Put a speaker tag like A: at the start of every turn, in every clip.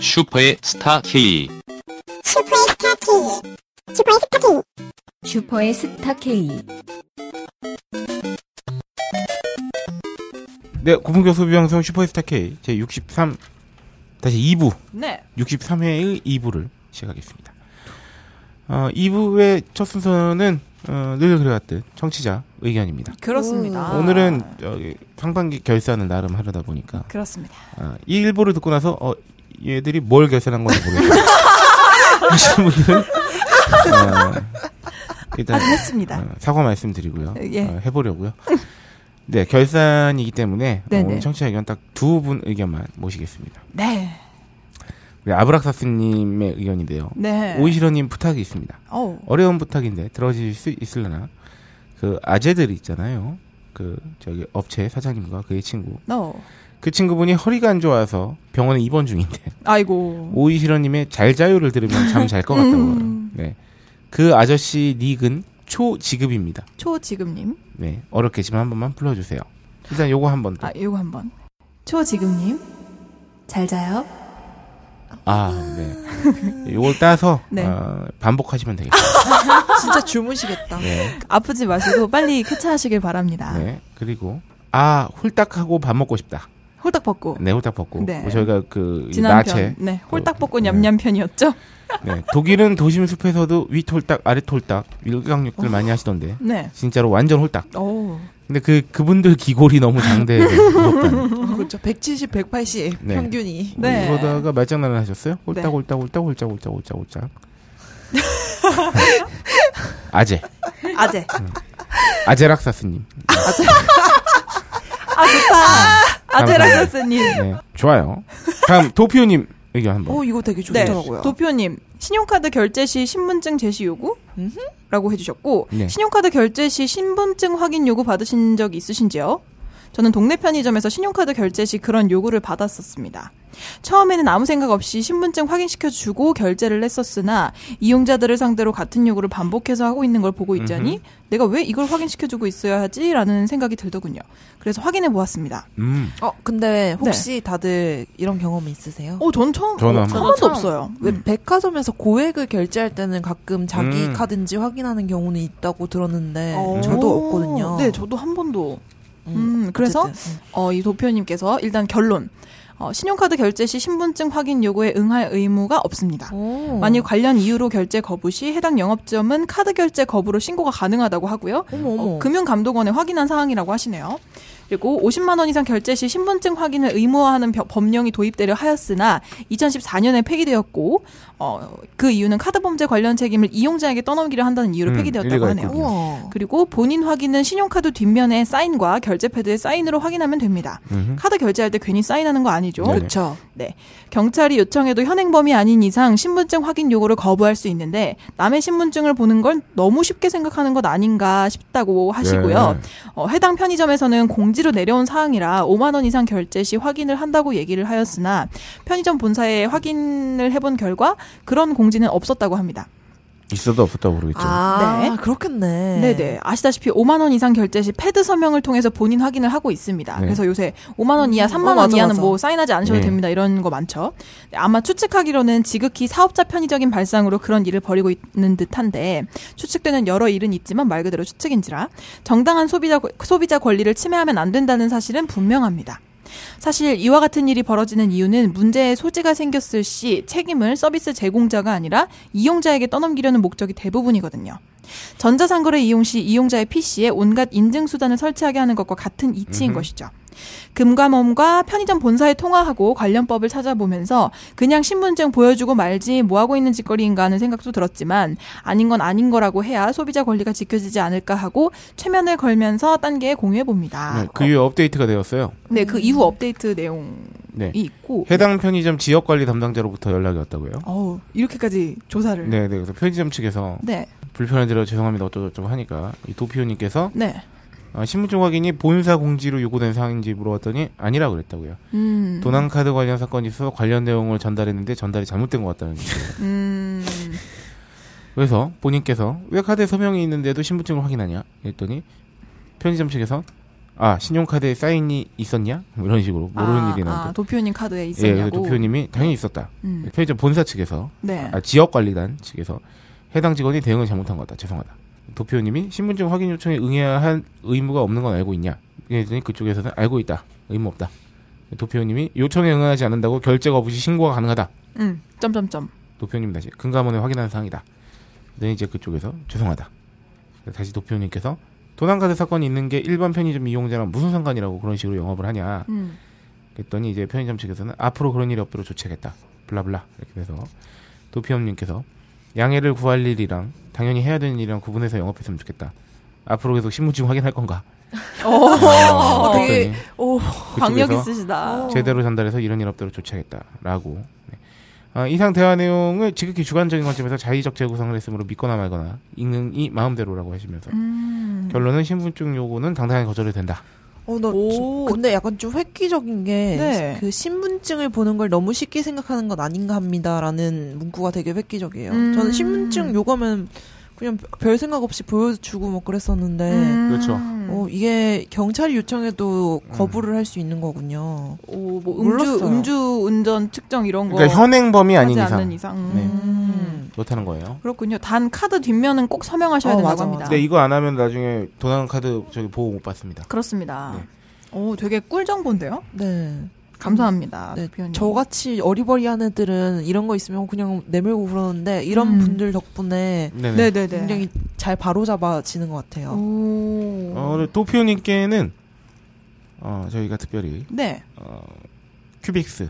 A: 슈퍼의 스타 K.
B: 슈퍼의 스타 K. 슈퍼의 스타 K.
C: 슈퍼의 스타 K.
D: 네, 고품격 소비방송 슈퍼스타 K 제63 다시 2부
E: 네.
D: 63회의 2부를 시작하겠습니다. 어, 2부의 첫 순서는 어, 늘 그래왔듯 청취자 의견입니다.
E: 그렇습니다.
D: 음. 오늘은 저기 상반기 결산을 나름 하려다 보니까
E: 그렇습니다.
D: 아, 이 일보를 듣고 나서 어, 얘들이 뭘 결산한 건지 모르겠어요. 하시는 분들은 어, 일단
E: 아주 했습니다.
D: 어, 사과 말씀드리고요.
E: 예.
D: 어, 해보려고요. 네, 결산이기 때문에 어,
E: 네네.
D: 오늘 청취자 의견 딱 두 분 의견만 모시겠습니다.
E: 네.
D: 우리 아브락사스님의 의견인데요.
E: 네.
D: 오이시러님 부탁이 있습니다.
E: 어우.
D: 어려운 부탁인데 들어줄 수 있을려나? 그 아재들 있잖아요. 그 저기 업체 사장님과 그의 친구.
E: No.
D: 그 친구분이 허리가 안 좋아서 병원에 입원 중인데
E: 아이고.
D: 오이시러님의 잘자요를 들으면 잠 잘 것
E: 음.
D: 같다고. 요 네, 그 아저씨 닉은 초지급입니다.
E: 초지금님.
D: 네, 어렵겠지만 한 번만 불러주세요. 일단 요거 한 번. 더.
E: 아, 요거 한번. 초지금님. 잘 자요.
D: 아, 네. 요걸 따서
E: 네.
D: 어, 반복하시면 되겠습니다.
E: 진짜 주무시겠다.
D: 네.
E: 아프지 마시고 빨리 쾌차하시길 바랍니다.
D: 네. 그리고 아 홀딱하고 밥 먹고 싶다.
E: 홀딱 벗고.
D: 네, 홀딱 벗고
E: 네.
D: 뭐 저희가 그이
E: 지난
D: 나체.
E: 편. 네. 홀딱 벗고
D: 네.
E: 냠냠 편이었죠?
D: 네, 독일은 도심 숲에서도 윗홀딱, 아랫홀딱 일광욕들 많이 하시던데
E: 네.
D: 진짜로 완전 홀딱.
E: 오.
D: 근데 그 그분들 기골이 너무 장대해서 무섭다.
F: 그렇죠. 170, 180
D: 네.
F: 평균이.
E: 네.
D: 그러다가 말장난을 하셨어요?
E: 네.
D: 홀딱 홀딱 홀딱 홀짝 홀짝 홀짝 홀짝. 아재, 음.
E: 아재.
D: 아재락사스님.
E: 아, 좋다.
D: 감사합니다.
E: 아재라서스님.
D: 네, 좋아요. 다음 도피오님 의견 한번.
F: 오, 이거 되게
E: 네.
F: 좋더라고요.
E: 도표님, 신용카드 결제 시 신분증 제시 요구?
F: 음흠.
E: 라고 해주셨고,
D: 네.
E: 신용카드 결제 시 신분증 확인 요구 받으신 적 있으신지요? 저는 동네 편의점에서 신용카드 결제 시 그런 요구를 받았었습니다. 처음에는 아무 생각 없이 신분증 확인시켜주고 결제를 했었으나 이용자들을 상대로 같은 요구를 반복해서 하고 있는 걸 보고 있자니 내가 왜 이걸 확인시켜주고 있어야 하지? 라는 생각이 들더군요. 그래서 확인해 보았습니다.
D: 음,
F: 어, 근데 혹시 다들 이런 경험이 있으세요?
E: 네. 어, 음. 전 처음,
D: 저는
E: 어,
D: 한 번.
E: 하나도 없어요.
F: 왜 백화점에서 고액을 결제할 때는 가끔 자기
D: 음.
F: 카드인지 확인하는 경우는 있다고 들었는데
E: 어.
F: 저도 없거든요.
E: 네, 저도 한 번도. 음, 그래서
F: 어쨌든, 음.
E: 어, 이 도표님께서 일단 결론. 어, 신용카드 결제 시 신분증 확인 요구에 응할 의무가
F: 음.
E: 없습니다.
F: 오.
E: 만일 관련 이유로 결제 거부 시 해당 영업점은 카드 결제 거부로 신고가 가능하다고 하고요.
F: 어머 어머
E: 어, 금융감독원에 확인한 사항이라고 하시네요. 그리고 50만 원 이상 결제 시 신분증 확인을 의무화하는 벼- 법령이 도입되려 하였으나 2014년에 폐기되었고 어, 그 이유는 카드 범죄 관련 책임을 이용자에게 떠넘기려 한다는 이유로
D: 음,
E: 폐기되었다고
D: 일리가
E: 하네요.
D: 있군요.
F: 우와.
E: 그리고 본인 확인은 신용카드 뒷면에 사인과 결제패드의 사인으로 확인하면 됩니다.
D: 음흠.
E: 카드 결제할 때 괜히 사인하는 거 아니죠?
D: 네네.
F: 그렇죠.
E: 경찰이 요청해도 현행범이 아닌 이상 신분증 확인 요구를 거부할 수 있는데 남의 신분증을 보는 걸 너무 쉽게 생각하는 것 아닌가 싶다고 하시고요.
D: 네.
E: 어, 해당 편의점에서는 공지로 내려온 사항이라 5만 원 이상 결제 시 확인을 한다고 얘기를 하였으나 편의점 본사에 확인을 해본 결과 그런 공지는 없었다고 합니다.
D: 있어도 없었다고 모르겠죠.
F: 아
E: 네.
F: 그렇겠네.
E: 네네. 아시다시피 5만원 이상 결제 시 패드 서명을 통해서 본인 확인을 하고 있습니다.
D: 네.
E: 그래서 요새 5만원 이하, 3만원
F: 어, 맞아,
E: 이하는
F: 맞아.
E: 뭐 사인하지 않으셔도
D: 네.
E: 됩니다. 이런 거 많죠. 네, 아마 추측하기로는 지극히 사업자 편의적인 발상으로 그런 일을 벌이고 있는 듯한데 추측되는 여러 일은 있지만 말 그대로 추측인지라 정당한 소비자, 소비자 권리를 침해하면 안 된다는 사실은 분명합니다. 사실 이와 같은 일이 벌어지는 이유는 문제의 소지가 생겼을 시 책임을 서비스 제공자가 아니라 이용자에게 떠넘기려는 목적이 대부분이거든요. 전자상거래 이용 시 이용자의 PC에 온갖 인증 수단을 설치하게 하는 것과 같은 이치인 것이죠. 금감원과 편의점 본사에 통화하고 관련법을 찾아보면서 그냥 신분증 보여주고 말지 뭐하고 있는 짓거리인가 하는 생각도 들었지만 아닌 건 아닌 거라고 해야 소비자 권리가 지켜지지 않을까 하고 최면을 걸면서 단계에 공유해 봅니다.
D: 네, 그 이후에 업데이트가 되었어요.
E: 네, 그 이후 업데이트 내용이
D: 네.
E: 있고.
D: 해당 편의점 지역 관리 담당자로부터 연락이 왔다고요.
E: 어우, 이렇게까지 조사를.
D: 네, 네. 그래서 편의점 측에서
E: 네,
D: 불편한 대로 죄송합니다. 어쩌고저쩌고 하니까 이 도피오님께서
E: 네.
D: 아, 신분증 확인이 본사 공지로 요구된 사항인지 물어봤더니 아니라 그랬다고요.
E: 음.
D: 도난 카드 관련 사건이 있어 관련 내용을 전달했는데 전달이 잘못된 것 같다는. 거예요.
E: 음.
D: 그래서 본인께서 왜 카드에 서명이 있는데도 신분증을 확인하냐 했더니 편의점 측에서 아 신용카드에 사인이 있었냐? 뭐 이런 식으로 모르는
E: 아,
D: 일이
E: 아,
D: 나도.
E: 도표님 카드에
D: 예, 그래서
E: 있었냐고.
D: 도표님이 당연히 있었다.
E: 음.
D: 편의점 본사 측에서
E: 네.
D: 아, 지역관리단 측에서 해당 직원이 대응을 잘못한 것 같다. 죄송하다. 도표님이 신분증 확인 요청에 응해야 할 의무가 없는 건 알고 있냐? 그랬더니 그쪽에서는 알고 있다. 의무 없다. 도표님이 요청에 응하지 않는다고 결제가 없이 신고가 가능하다.
E: 음. 점점점.
D: 도표님 다시 금감원에 확인한 사항이다. 네 이제 그쪽에서 죄송하다. 다시 도표님께서 도난카드 사건이 있는 게 일반 편의점 이용자랑 무슨 상관이라고 그런 식으로 영업을 하냐.
E: 음.
D: 그랬더니 이제 편의점 측에서는 앞으로 그런 일이 없도록 조치하겠다. 블라블라 이렇게 해서 도피엄님께서 양해를 구할 일이랑 당연히 해야 되는 일이랑 구분해서 영업했으면 좋겠다. 앞으로 계속 신분증 확인할 건가?
E: 오.
F: 되게
D: 그랬더니
F: 오
D: 아, 그쪽에서 아.
E: 강력 어, 있으시다.
D: 제대로 전달해서 이런 일 없도록 조치하겠다라고. 네. 아, 이상 대화 내용을 지극히 주관적인 관점에서 자의적 재구성을 했으므로 믿거나 말거나 읽는 이 마음대로라고 하시면서
E: 음.
D: 결론은 신분증 요구는 당당히 거절이 된다.
F: 어, 나
E: 오.
F: 지- 근데 약간 좀 획기적인 게 그
E: 네.
F: 신분증을 보는 걸 너무 쉽게 생각하는 건 아닌가 합니다라는 문구가 되게 획기적이에요.
E: 음.
F: 저는 신분증 요거면 그냥 별 생각 없이 보여주고 뭐 그랬었는데
E: 음.
D: 그렇죠.
F: 어, 이게 경찰이 요청해도 거부를 할 수 있는 거군요.
E: 오, 뭐 음주
F: 몰랐어요.
E: 음주 운전 측정 이런 거
D: 그러니까 현행범이 아닌
E: 뭐, 하지 않는
D: 이상
E: 이상.
D: 네.
E: 음.
D: 못하는 거예요.
E: 그렇군요. 단 카드 뒷면은 꼭 서명하셔야
F: 어,
E: 된다고
F: 맞아,
E: 합니다.
F: 맞아.
D: 근데 네, 이거 안 하면 나중에 도난 카드 저기 보호 못 받습니다.
E: 그렇습니다.
D: 네. 음.
E: 오, 되게 꿀 정보인데요.
F: 네.
E: 음. 감사합니다.
F: 네,
E: 대표님.
F: 저같이 어리버리한 애들은 이런 거 있으면 그냥 내밀고 그러는데 이런
E: 음.
F: 분들 덕분에
D: 네네.
E: 네, 네, 네.
F: 굉장히 잘 바로잡아지는 것 같아요.
E: 오.
D: 어, 오늘 도피오님께는 어, 저희가 특별히
E: 네.
D: 어, 큐빅스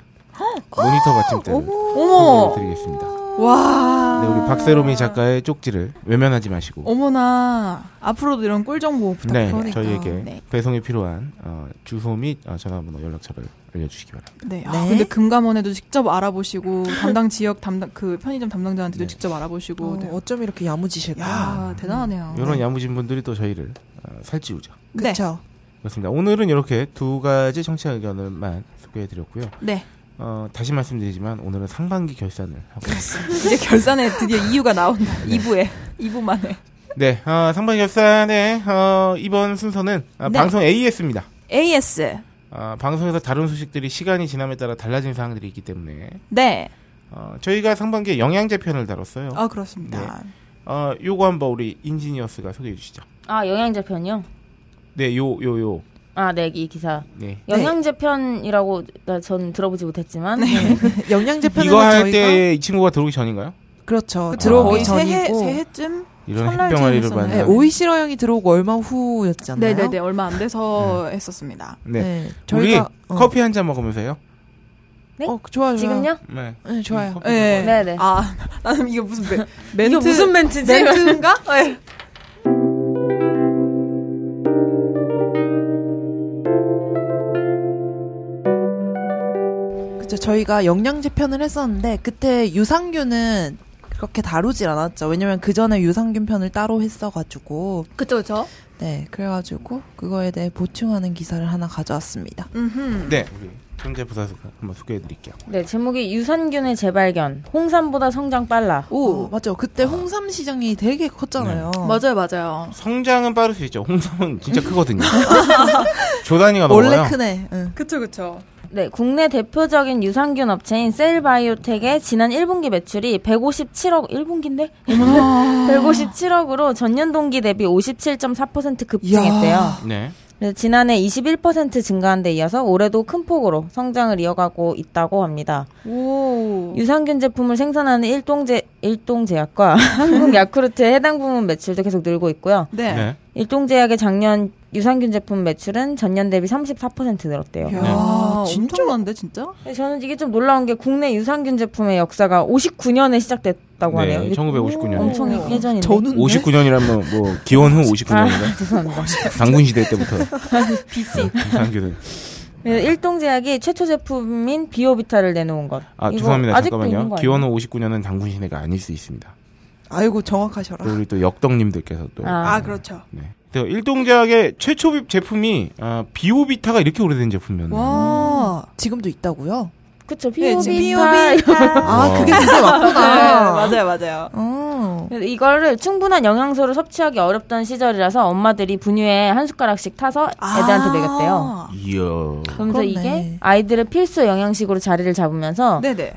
D: 모니터 받침대를
E: 어머.
D: 드리겠습니다.
E: 와.
D: 네, 우리 박세롬이 작가의 쪽지를 외면하지 마시고
E: 어, 어머나. 앞으로도 이런 꿀 정보
D: 네,
E: 부탁드립니다.
D: 저희에게
E: 네.
D: 배송이 필요한 어, 주소 및 어, 전화번호 연락처를 알려주시기 바랍니다.
E: 네. 아,
F: 네.
E: 근데 금감원에도 직접 알아보시고 담당 지역 담당 그 편의점 담당자한테도
D: 네.
E: 직접 알아보시고.
F: 어,
E: 네.
F: 어쩜 이렇게 야무지실까?
E: 야, 어, 대단하네요.
D: 이런 야무진 분들이 또 저희를 어, 살찌우죠.
E: 네.
F: 그렇죠.
D: 그렇습니다. 오늘은 이렇게 두 가지 청취자 의견을만 소개해드렸고요.
E: 네.
D: 어, 다시 말씀드리지만 오늘은 상반기 결산을 하고
E: 이제 결산에 드디어 이유가 나온다. 2부에. 2부만에.
D: 네, 어, 상반기 결산의 어, 이번 순서는 아,
E: 네.
D: 방송 A였습니다.
E: AS.
D: 아, 방송에서 다룬 소식들이 시간이 지남에 따라 달라진 사항들이 있기 때문에
E: 네.
D: 어, 저희가 상반기에 영양제 편을 다뤘어요.
E: 아, 그렇습니다.
D: 어, 요거 한번 우리 인지니어스가 소개해 주시죠.
A: 아 영양제 편이요?
D: 네, 요, 요, 요.
A: 아 네 이 기사
D: 네.
A: 영양제 편이라고 나- 전 들어보지 못했지만
F: 영양제 편은
D: 이거 할
F: 저희가
D: 때 이 친구가 들어오기 전인가요?
F: 그렇죠.
E: 그쵸, 거의
F: 들어오기
E: 새해,
F: 전이고
E: 새해쯤?
D: 이런
E: 설날
D: 햇병아리를
E: 중에서는.
F: 네,
D: 봤는데.
F: 오이시러 형이 들어오고 얼마 후였잖아요.
E: 네네네. 얼마 안 돼서 했었습니다.
D: 네. 우리
F: 저희가 어,
D: 커피 한 잔 먹으면서요.
A: 네?
F: 어, 좋아요. 좋아요.
A: 지금요?
D: 네.
F: 네, 좋아요.
D: 커피 먹어요.
A: 네, 네.
E: 아, 나는 이게 무슨 멘, 멘트.
A: 이거 무슨 멘트지?
E: 멘트인가? 네.
F: 그쵸, 저희가 영양제 편을 했었는데 그때 유산균은 그렇게 다루질 않았죠. 왜냐면 그 전에 유산균 편을 따로 했어가지고
E: 그쵸, 그쵸.
F: 네 그래가지고 그거에 대해 보충하는 기사를 하나 가져왔습니다.
E: 음흠.
D: 네. 우리 천재 부사수가 한번 소개해 드릴게요.
A: 네 제목이 유산균의 재발견 홍삼보다 성장 빨라
F: 오 맞죠. 그때 홍삼 시장이 되게 컸잖아요.
E: 어. 네. 맞아요, 맞아요.
D: 성장은 빠를 수 있죠. 홍삼은 진짜 크거든요. 조단이가 아, 먹어요.
F: 원래 크네. 응.
E: 그쵸, 그쵸.
A: 네 국내 대표적인 유산균 업체인 셀바이오텍의 지난 1분기 매출이 157억 1분기인데 157억으로 전년 동기 대비 57.4% 급증했대요.
F: 이야.
D: 네.
A: 네, 지난해 21% 증가한 데 이어서 올해도 큰 폭으로 성장을 이어가고 있다고 합니다.
E: 오.
A: 유산균 제품을 생산하는 일동제, 일동제약과 한국야쿠르트의 해당 부문 매출도 계속 늘고 있고요.
E: 네.
D: 네.
A: 일동제약의 작년 유산균 제품 매출은 전년 대비 34% 늘었대요.
E: 이야,
F: 네. 진짜
E: 엄청난데, 진짜?
A: 네, 저는 이게 좀 놀라운 게 국내 유산균 제품의 역사가 59년에 시작됐다고 하네요.
D: 네,
A: 이게
D: 1959년.
A: 엄청 네. 예전인데.
F: 저는
D: 59년이라면 뭐 기원은
A: 아,
D: 59년인가?
A: 죄송합니다.
D: 당군 시대 때부터 BC 유산균을
A: 네, 일동제약이 최초 제품인 비오비타를 내놓은 것.
D: 아
A: 이거
D: 죄송합니다
A: 아직도 있는
D: 잠깐만요
A: 거 아니에요?
D: 기원은 59년은 당군 시대가 아닐 수 있습니다 또
F: 아이고 정확하셔라.
D: 우리 또 역덕님들께서 또
A: 아.
E: 아, 그렇죠.
D: 네. 그래서 일동제약의 최초 제품이 아, 비오비타가 이렇게 오래된 제품이었네요
E: 와.
F: 아, 지금도 있다고요?
A: 그쵸
E: 네, 지금
A: 비오비타
F: 아
D: 와.
F: 그게 그게
E: 네,
F: 맞구나.
E: 맞아요, 맞아요.
F: 어, 어.
A: 그래서 이거를 충분한 영양소를 섭취하기 어렵던 시절이라서 엄마들이 분유에 한 숟가락씩 타서
E: 아.
A: 애들한테 먹였대요.
D: 이야.
A: 그러면서
F: 그렇네.
A: 이게 아이들의 필수 영양식으로 자리를 잡으면서
E: 네네.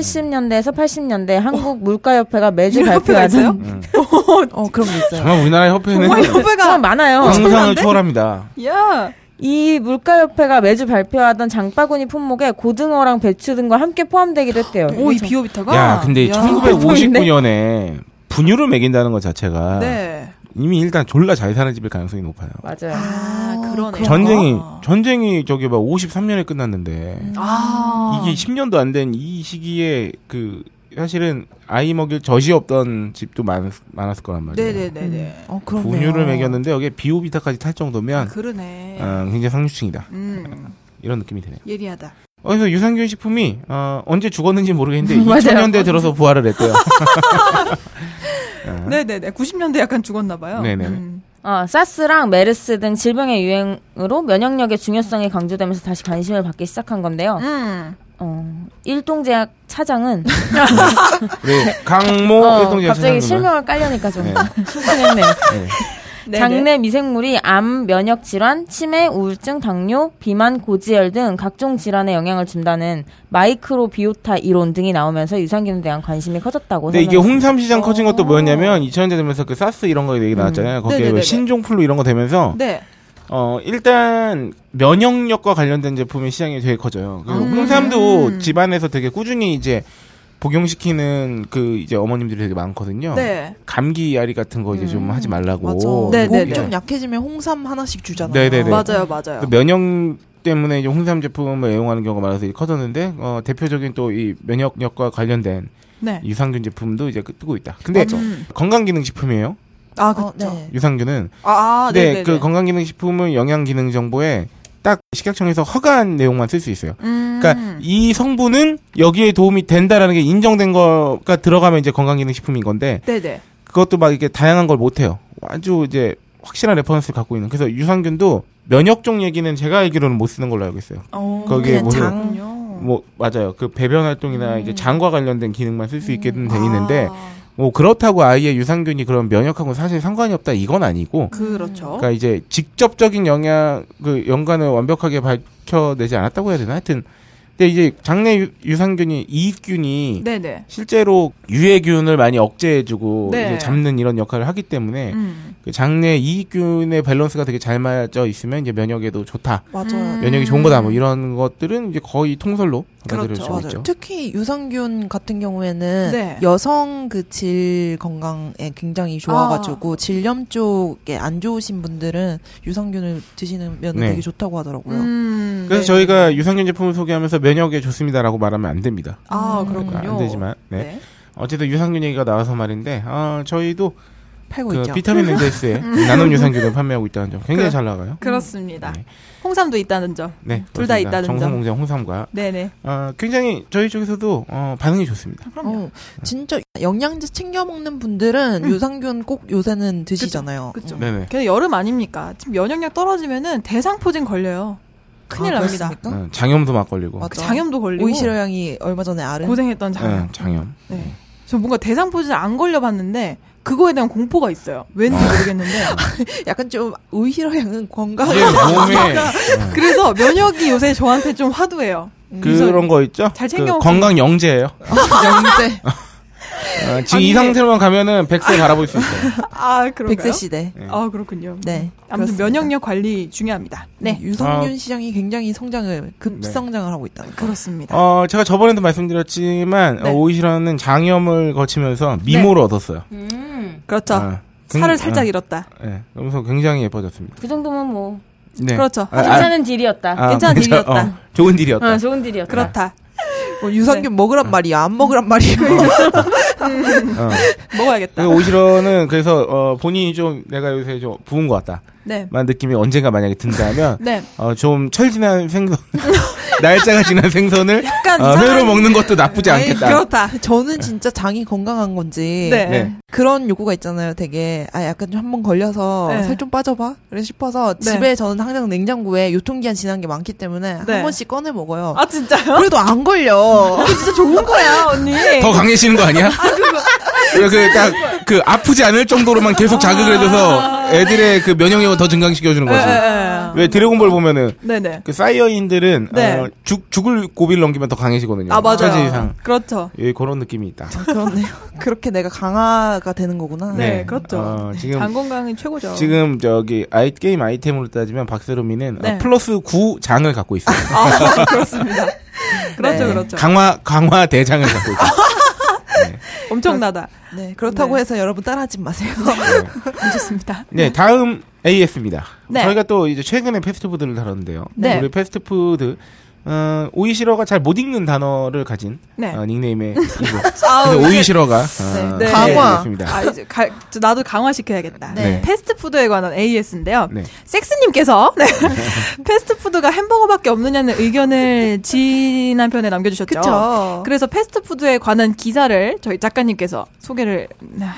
A: 1970년대에서 80년대 한국 물가협회가 매주
E: 이런 협회가 있어요?
A: 발표하는
D: 음.
F: 어 그런 게 있어요.
D: 정말 우리나라 협회는
E: 정말 협회가
A: 참 네. 많아요.
D: 상상을 초월합니다.
E: 야.
A: 이 물가협회가 매주 발표하던 장바구니 품목에 고등어랑 배추 등과 함께 포함되기도 했대요.
E: 오 이 비오비타가.
D: 야, 근데
E: 야.
D: 1959년에 분유를 먹인다는 것 자체가
E: 네.
D: 이미 일단 졸라 잘 사는 집일 가능성이 높아요.
A: 맞아요.
E: 아 그러네.
F: 그런
D: 전쟁이
F: 거?
D: 전쟁이 저기 막 53년에 끝났는데
E: 아.
D: 이게 10년도 안 된 이 시기에 그 사실은 아이 먹일 젖이 없던 집도 많, 많았을 거란 말이에요.
E: 네네네네.
F: 어 그런
D: 분유를 먹였는데 여기에 비오비타까지 탈
A: 아,
D: 정도면
E: 그러네.
D: 어, 굉장히 상류층이다
E: 음.
D: 이런 느낌이 드네요.
E: 예리하다.
D: 어, 그래서 유산균 식품이 어, 언제 죽었는지 모르겠는데
A: 맞아요.
D: 2000년대 들어서 부활을 했대요. 어.
E: 네네네. 90년대 약간 죽었나 봐요.
D: 네네네.
E: 음.
A: 어, 사스랑 메르스 등 질병의 유행으로 면역력의 중요성이 강조되면서 다시 관심을 받기 시작한 건데요.
E: 음.
A: 어, 일동제약 차장은
D: 그리고 강모
A: 어,
D: 일동제 찾아보면,
A: 갑자기 실명을 깔려니까 좀
D: 네.
A: 실망했네요.
D: 네.
E: 네네.
A: 장내 미생물이 암, 면역 질환, 치매, 우울증, 당뇨, 비만, 고지혈 등 각종 질환에 영향을 준다는 마이크로비오타 이론 등이 나오면서 유산균에 대한 관심이 커졌다고
D: 근데 이게
A: 설명했습니다.
D: 홍삼시장 커진 것도 뭐였냐면 2000년대 되면서 그 사스 이런 거 얘기 나왔잖아요. 거기에
E: 어. 음. 네네네네.
D: 왜 신종플루 이런 거 되면서
E: 네.
D: 어 일단 면역력과 관련된 제품의 시장이 되게 커져요. 그리고
E: 음.
D: 홍삼도 집안에서 되게 꾸준히 이제 복용시키는 그 이제 어머님들이 되게 많거든요.
E: 네. 음.
D: 감기 야리 같은 거 이제 좀 하지
F: 맞아.
D: 말라고.
E: 네, 네,
F: 목좀 약해지면 홍삼 하나씩 주잖아요.
D: 네네네. 네.
E: 맞아요, 맞아요.
D: 그 면역 때문에 이제 홍삼 제품을 애용하는 경우가 많아서 이게 커졌는데 어, 대표적인 또 이 면역력과 관련된
E: 네. 음.
D: 유산균 제품도 이제 뜨고 있다. 근데 건강기능식품이에요.
E: 아,
F: 음. 어,
E: 그렇죠.
F: 네.
D: 유산균은
E: 아, 아,
D: 네,
E: 네네네.
D: 그 건강기능식품은 영양기능정보에 딱 식약청에서 허가한 내용만 쓸 수 있어요.
E: 음.
D: 그러니까 이 성분은 여기에 도움이 된다라는 게 인정된 거가 들어가면 이제 건강기능식품인 건데
E: 네네.
D: 그것도 막 이렇게 다양한 걸 못해요. 아주 이제 확실한 레퍼런스를 갖고 있는. 그래서 유산균도 면역 쪽 얘기는 제가 알기로는 못 쓰는 걸로 알고 있어요.
E: 어,
D: 거기에
F: 그냥
D: 뭐는-
F: 장.
D: 뭐 맞아요. 그 배변 활동이나 이제 장과 관련된 기능만 쓸 수 있게는 돼
E: 음. 아,
D: 있는데 뭐 그렇다고 아이의 유산균이 그런 면역하고 사실 상관이 없다 이건 아니고
E: 그렇죠.
D: 그러니까 이제 직접적인 영향 그 연관을 완벽하게 밝혀내지 않았다고 해야 되나 하여튼 근데 이제 장내 유- 유산균이 이익균이
E: 네네.
D: 실제로 유해균을 많이 억제해주고
E: 네.
D: 이제 잡는 이런 역할을 하기 때문에
E: 음.
D: 그 장내 이익균의 밸런스가 되게 잘 맞아 있으면 이제 면역에도 좋다
F: 맞아요.
E: 음.
D: 면역이 좋은 거다 뭐 이런 것들은 이제 거의 통설로 받아들여지고
E: 그렇죠,
D: 있죠.
F: 맞아요. 특히 유산균 같은 경우에는
E: 네.
F: 여성 그 질 건강에 굉장히 좋아가지고 질염 쪽에 안 좋으신 분들은 유산균을 드시면
D: 네.
F: 되게 좋다고 하더라고요.
E: 음,
D: 그래서
E: 네.
D: 저희가 유산균 제품을 소개하면서 면역에 좋습니다라고 말하면 안 됩니다.
E: 아, 그렇군요.
D: 그러니까 안 되지만 네.
E: 네.
D: 어쨌든 유산균 얘기가 나와서 말인데 아, 저희도
F: 팔고
D: 그
F: 있죠.
D: 비타민 엔젤스에 나눔 유산균을 판매하고 있다는 점 굉장히
E: 뭐 음. 그래.
D: 잘 나가요.
E: 그렇습니다.
D: 네.
E: 홍삼도 있다는 점.
D: 네,
E: 둘다
D: 그렇습니다.
E: 있다는 점.
D: 정성공장 홍삼과
E: 네네.
D: 아, 굉장히 저희 쪽에서도 어, 반응이 좋습니다.
E: 네.
F: 어, 진짜 영양제 챙겨 먹는 분들은 유산균 꼭 요새는
E: 음.
F: 드시잖아요.
E: 그쵸.
F: 음.
D: 네네.
E: 근데 여름 아닙니까? 지금 면역력 떨어지면은 대상포진 걸려요. 큰일
F: 아,
E: 납니다. 네.
F: 그렇습니까?
D: 어, 장염도 막 걸리고.
F: 맞아.
E: 장염도 걸리고
F: 오이시러 양이 얼마 전에 아른
E: 고생했던 장염.
D: 네, 장염.
E: 네. 저 뭔가 대상포진 안 걸려봤는데 그거에 대한 공포가 있어요. 왠지 모르겠는데.
F: 약간 좀 오이시러 양은
E: 어,
F: 건강
E: 아, 예.
D: 이게 몸에 어,
E: 그래서 면역이 요새 저한테 좀 화두예요.
D: 그런 거 있죠?
E: 음. 잘
D: 그
E: 챙겨
D: 건강 영재예요.
F: 영재
D: 어, 지금
E: 아니,
D: 이 상태로만 가면은 백세 바라볼 수 있어요.
E: 아 그런가요?
F: 백세 시대.
E: 아 그렇군요.
F: 네.
E: 아무튼
F: 그렇습니다.
E: 면역력 관리 중요합니다. 네.
F: 유산균 시장이 굉장히 성장을 급성장을 하고 있다.
E: 그렇습니다.
D: 어, 제가 저번에도 말씀드렸지만
E: 네.
D: 어, 오이시라는 장염을 거치면서 미모를 얻었어요.
E: 그렇죠.
D: 아, 굉-
E: 살을 살짝
D: 아,
E: 잃었다.
D: 예, 그러면서 굉장히 예뻐졌습니다.
A: 그 정도면 뭐
D: 네.
E: 그렇죠.
D: 아, 아,
A: 괜찮은 딜이었다.
D: 아,
E: 괜찮은
D: 그렇죠.
E: 일이었다.
D: 어, 좋은 일이었다.
A: 어, 좋은 딜이었다.
E: 그렇다. 네. 뭐
F: 어, 유산균 먹으란 말이야, 안 먹으란
E: 음.
F: 말이야.
E: 그러니까
D: 어.
E: 먹어야겠다.
D: 그리고 오시러는 그래서 어, 본인이 좀 내가 요새 좀 부은 것 같다.
E: 네.
D: 라는 느낌이 언젠가 만약에 든다면
E: 네.
D: 어, 좀 철지난 생선 날짜가 지난 생선을
E: 약간
D: 어, 회로
E: 이상한-
D: 먹는 것도 나쁘지
E: 에이,
D: 않겠다.
E: 그렇다.
F: 저는 진짜 장이 건강한 건지
E: 네.
D: 네.
F: 그런 요구가 있잖아요. 되게 아 약간 좀 한번 걸려서
E: 네.
F: 살 좀 빠져봐 그래 싶어서
E: 네.
F: 집에 저는 항상 냉장고에 유통기한 지난 게 많기 때문에
E: 네.
F: 한 번씩 꺼내 먹어요.
E: 아 진짜요?
F: 그래도 안 걸려.
E: 아, 진짜 좋은 거야 언니.
D: 더 강해지는 거 아니야?
E: 네. 아, 그거. 아.
D: 그딱그 아프지 않을 정도로만 계속 자극을 해줘서 애들의 그 면역력을 더 증강시켜주는 거지.
E: 예, 예.
D: 왜 드래곤볼 보면은
E: 네네.
D: 그 사이어인들은
E: 네.
D: 어, 죽 죽을 고비를 넘기면 더 강해지거든요.
E: 아
D: 천지
E: 맞아요.
D: 이상
E: 그렇죠.
D: 예, 그런 느낌이 있다.
F: 그렇네요. 그렇게 내가 강화가 되는 거구나.
E: 네, 그렇죠.
D: 어, 지금
E: 장 건강이 최고죠.
D: 지금 저기 아이 게임 아이템으로 따지면 박세롬이는
E: 네.
D: 어, 플러스 9 장을 갖고 있어요.
E: 아, 그렇습니다. 그렇죠,
F: 네.
E: 그렇죠.
D: 강화 강화 대장을 갖고 있어요.
E: 엄청나다.
F: 네, 그렇다고
E: 네.
F: 해서 여러분 따라하지 마세요.
D: 네.
E: 좋습니다.
D: 네, 다음 AS입니다.
E: 네.
D: 저희가 또 이제 최근에 패스트푸드를 다뤘는데요.
E: 네.
D: 우리 패스트푸드 어, 오이시러가 잘 못 읽는 단어를 가진
E: 네.
D: 어, 닉네임의 이거.
E: 아우,
D: 근데
E: 이제-
D: 오이시러가 어,
E: 네.
F: 강화.
D: 습니다
E: 아, 이제 가, 저 나도 강화시켜야겠다.
D: 네.
E: 패스트푸드에 관한 AS인데요.
D: 네.
E: 섹스님께서 네. 패스트푸드가 햄버거밖에 없느냐는 의견을 지난 편에 남겨주셨죠.
F: 그쵸.
E: 래서 패스트푸드에 관한 기사를 저희 작가님께서 소개를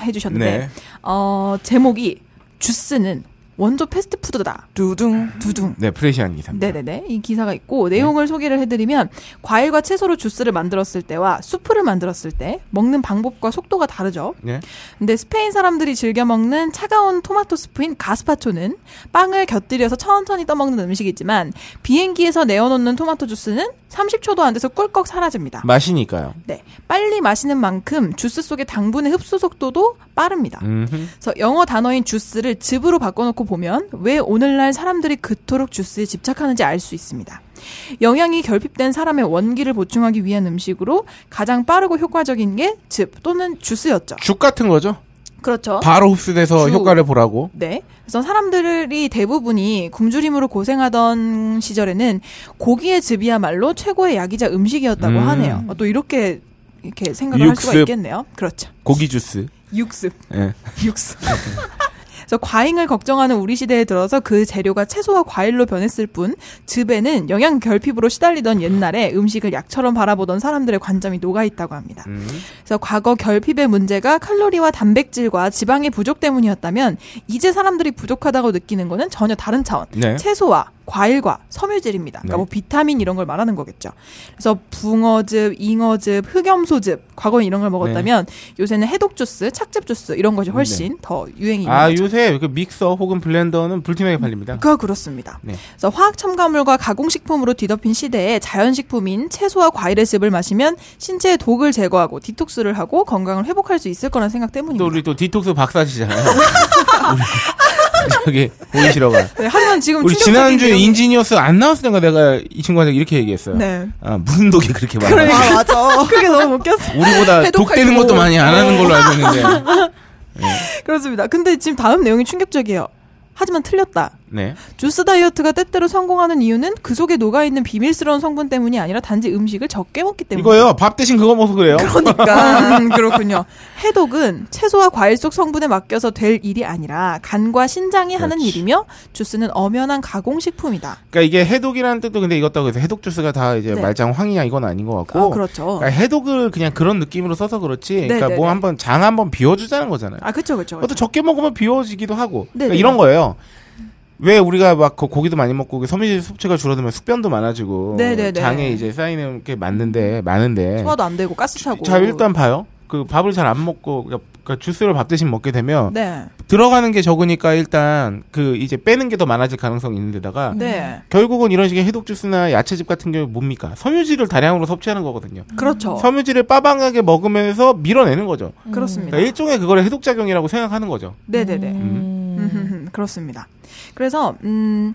E: 해주셨는데
D: 네.
E: 어, 제목이 주스는 원조 패스트푸드다.
F: 두둥.
E: 그 두둥.
D: 네, 프레시안 기사입니다. 네.
E: 네네네. 이 기사가 있고 내용을 소개를 해드리면 과일과 채소로 주스를 만들었을 때와 수프를 만들었을 때 먹는 방법과 속도가 다르죠.
D: 네.
E: 근데 스페인 사람들이 즐겨 먹는 차가운 토마토 스프인 가스파초는 빵을 곁들여서 천천히 떠먹는 음식이지만 비행기에서 내어놓는 토마토 주스는 30초도 안 돼서 꿀꺽 사라집니다.
D: 맛이니까요.
E: 네. 빨리 마시는 만큼 주스 속의 당분의 흡수 속도도 빠릅니다.
D: 음흠.
E: 그래서 영어 단어인 주스를 즙으로 바꿔놓고 보면 왜 오늘날 사람들이 그토록 주스에 집착하는지 알 수 있습니다. 영양이 결핍된 사람의 원기를 보충하기 위한 음식으로 가장 빠르고 효과적인 게 즙 또는 주스였죠.
D: 죽 같은 거죠?
E: 그렇죠.
D: 바로 흡수돼서
E: 죽.
D: 효과를 보라고.
E: 네. 그래서 사람들이 대부분이 굶주림으로 고생하던 시절에는 고기의 즙이야말로 최고의 약이자 음식이었다고
D: 음.
E: 하네요. 어, 또 이렇게 이렇게 생각을 할 수가
D: 육습.
E: 있겠네요. 그렇죠.
D: 고기 주스.
E: 육습.
D: 예.
E: 육수. 그래서 과잉을 걱정하는 우리 시대에 들어서 그 재료가 채소와 과일로 변했을 뿐 즙에는 영양 결핍으로 시달리던 옛날에 음식을 약처럼 바라보던 사람들의 관점이 녹아 있다고 합니다.
D: 음.
E: 그래서 과거 결핍의 문제가 칼로리와 단백질과 지방의 부족 때문이었다면 이제 사람들이 부족하다고 느끼는 거는 전혀 다른 차원.
D: 네.
E: 채소와 과일과 섬유질입니다. 그러니까
D: 네.
E: 뭐 비타민 이런 걸 말하는 거겠죠. 그래서 붕어즙, 잉어즙, 흑염소즙, 과거엔 이런
D: 네.
E: 걸 먹었다면 요새는 해독 주스, 착즙 주스 이런 것이 훨씬 더 유행이 있는
D: 아,
E: 거죠.
D: 요새 그 믹서 혹은 블렌더는 불티나게 팔립니다.
E: 그거 그렇습니다.
D: 네.
E: 그래서 화학 첨가물과 가공식품으로 뒤덮인 시대에 자연식품인 채소와 과일의 즙을 마시면 신체의 독을 제거하고 디톡스를 하고 건강을 회복할 수 있을 거란 생각
D: 또
E: 때문입니다.
D: 우리 또 디톡스 박사시잖아요. 우리 저기 오이시러가.
E: 네, 하지만 지금
D: 우리
E: 충격적인
D: 지난주에
E: 내용이-
D: 인지니어스 안 나왔을 때가 내가 이 친구한테 이렇게 얘기했어요.
E: 네. 그러니까
D: 아, 무슨 독이 그렇게 많아.
F: 아, 맞아.
E: 그게 너무 웃겼어요.
D: 우리보다
E: 해독할
D: 독되는 것도
E: 거.
D: 많이 안 하는 걸로 알고 있는데.
E: 그렇습니다. 근데 지금 다음 내용이 충격적이에요. 하지만 틀렸다.
D: 네.
E: 주스 다이어트가 때때로 성공하는 이유는 그 속에 녹아있는 비밀스러운 성분 때문이 아니라 단지 음식을 적게 먹기 때문에.
D: 이거요. 밥 대신 그거 먹어서 그래요.
E: 그러니까 음, 그렇군요. 해독은 채소와 과일 속 성분에 맡겨서 될 일이 아니라 간과 신장이 하는
D: 그렇지.
E: 일이며 주스는 엄연한 가공식품이다.
D: 그러니까 이게 해독이라는 뜻도 근데 이것다고 해서 해독 주스가 다 이제
E: 네.
D: 말짱 황이야 이건 아닌 것 같고.
E: 아, 그렇죠.
D: 그러니까 해독을 그냥 그런 느낌으로 써서 그렇지. 그러니까
E: 네,
D: 뭐
E: 네.
D: 한번 장 한번 비워주자는 거잖아요.
E: 아, 그렇죠, 그렇죠.
D: 그것도 적게 먹으면 비워지기도 하고
E: 네,
D: 그러니까
E: 네.
D: 이런 거예요. 왜 우리가 막 그 고기도 많이 먹고 그 섬유질 섭취가 줄어들면 숙변도 많아지고
E: 네, 네, 네.
D: 장에 이제 쌓이는 게 맞는데 많은데
E: 소화도 안 되고 가스 차고.
D: 네. 자 일단 봐요. 그 밥을 잘 안 먹고 그러니까 주스를 밥 대신 먹게 되면
E: 네,
D: 들어가는 게 적으니까 일단 그 이제 빼는 게 더 많아질 가능성이 있는데다가
E: 네,
D: 결국은 이런 식의 해독 주스나 야채즙 같은 경우 뭡니까 섬유질을 다량으로 섭취하는 거거든요.
E: 그렇죠.
D: 섬유질을 빠방하게 먹으면서 밀어내는 거죠.
E: 그렇습니다.
D: 그러니까 일종의 그거를 해독 작용이라고 생각하는 거죠.
E: 네, 네, 네. 음, 그렇습니다. 그래서 음.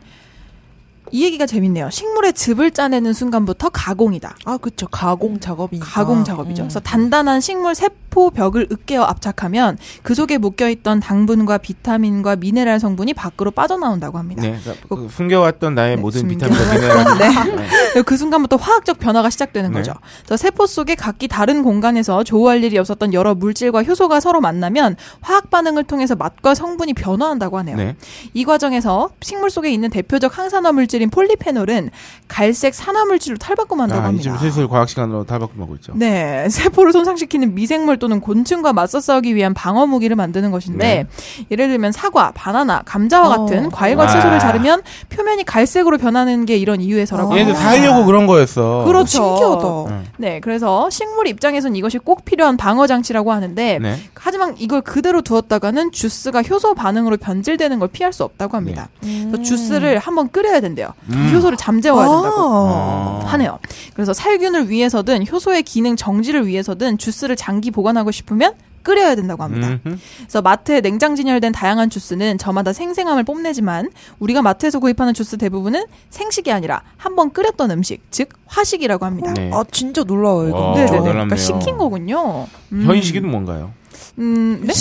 E: 이 얘기가 재밌네요. 식물의 즙을 짜내는 순간부터 가공이다.
F: 아, 그쵸. 가공 작업이니까.
E: 가공 작업이죠.
F: 음.
E: 그래서 단단한 식물 세포 벽을 으깨어 압착하면 그 속에 묶여 있던 당분과 비타민과 미네랄 성분이 밖으로 빠져나온다고 합니다.
D: 네, 그러니까 그 숨겨왔던 나의
E: 네,
D: 모든
E: 숨겨왔던-
D: 비타민과 미네랄. 네.
E: 그리고 그 순간부터 화학적 변화가 시작되는
D: 네.
E: 거죠. 그래서 세포 속에 각기 다른 공간에서 조우할 일이 없었던 여러 물질과 효소가 서로 만나면 화학 반응을 통해서 맛과 성분이 변화한다고 하네요.
D: 네.
E: 이 과정에서 식물 속에 있는 대표적 항산화 물질인 폴리페놀은 갈색 산화 물질로 탈바꿈한다고
D: 아,
E: 합니다.
D: 이쯤 슬슬 과학 시간으로 탈바꿈하고 있죠.
E: 네, 세포를 손상시키는 미생물 또는 곤충과 맞서 싸우기 위한 방어 무기를 만드는 것인데 예를 들면 사과, 바나나, 감자와
F: 어.
E: 같은 과일과
D: 네. 아.
E: 채소를 자르면 표면이 갈색으로 변하는 게 이런 이유에서라고
F: 어.
E: 합니다.
D: 얘네들 살려고 그런 거였어.
E: 아. 그렇죠.
F: 신기하다.
D: 응.
E: 네, 그래서 식물 입장에선 이것이 꼭 필요한 방어 장치라고 하는데
D: 네.
E: 하지만 이걸 그대로 두었다가는 주스가 효소 반응으로 변질되는 걸 피할 수 없다고 합니다. 그래서 주스를 한번 끓여야 된대요. 그
D: 음.
E: 효소를
F: 아.
E: 잠재워야 된다고.
D: 어.
E: 하네요. 그래서 살균을 위해서든 효소의 기능 정지를 위해서든 주스를 장기 보관하고 싶으면 끓여야 된다고 합니다.
D: 음흠.
E: 그래서 마트에 냉장 진열된 다양한 주스는 저마다 생생함을 뽐내지만 우리가 마트에서 구입하는 주스 대부분은 생식이 아니라 한번 끓였던 음식, 즉 화식이라고 합니다.
D: 네.
F: 아 진짜 놀라워요
D: 와.
F: 이거.
E: 네네네.
D: 놀랍네요.
E: 그러니까 식힌 거군요. 음.
D: 현식이는 뭔가요?
E: 음, 네?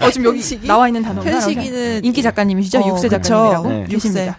E: 어, 지금 여기 나와 있는 예. 그렇죠. 단어.
F: 현식이는
E: 그러니까 인기 작가님이시죠?
F: 어,
E: 육세
F: 그쵸.
E: 작가님이라고
D: 네.
E: 계십니다.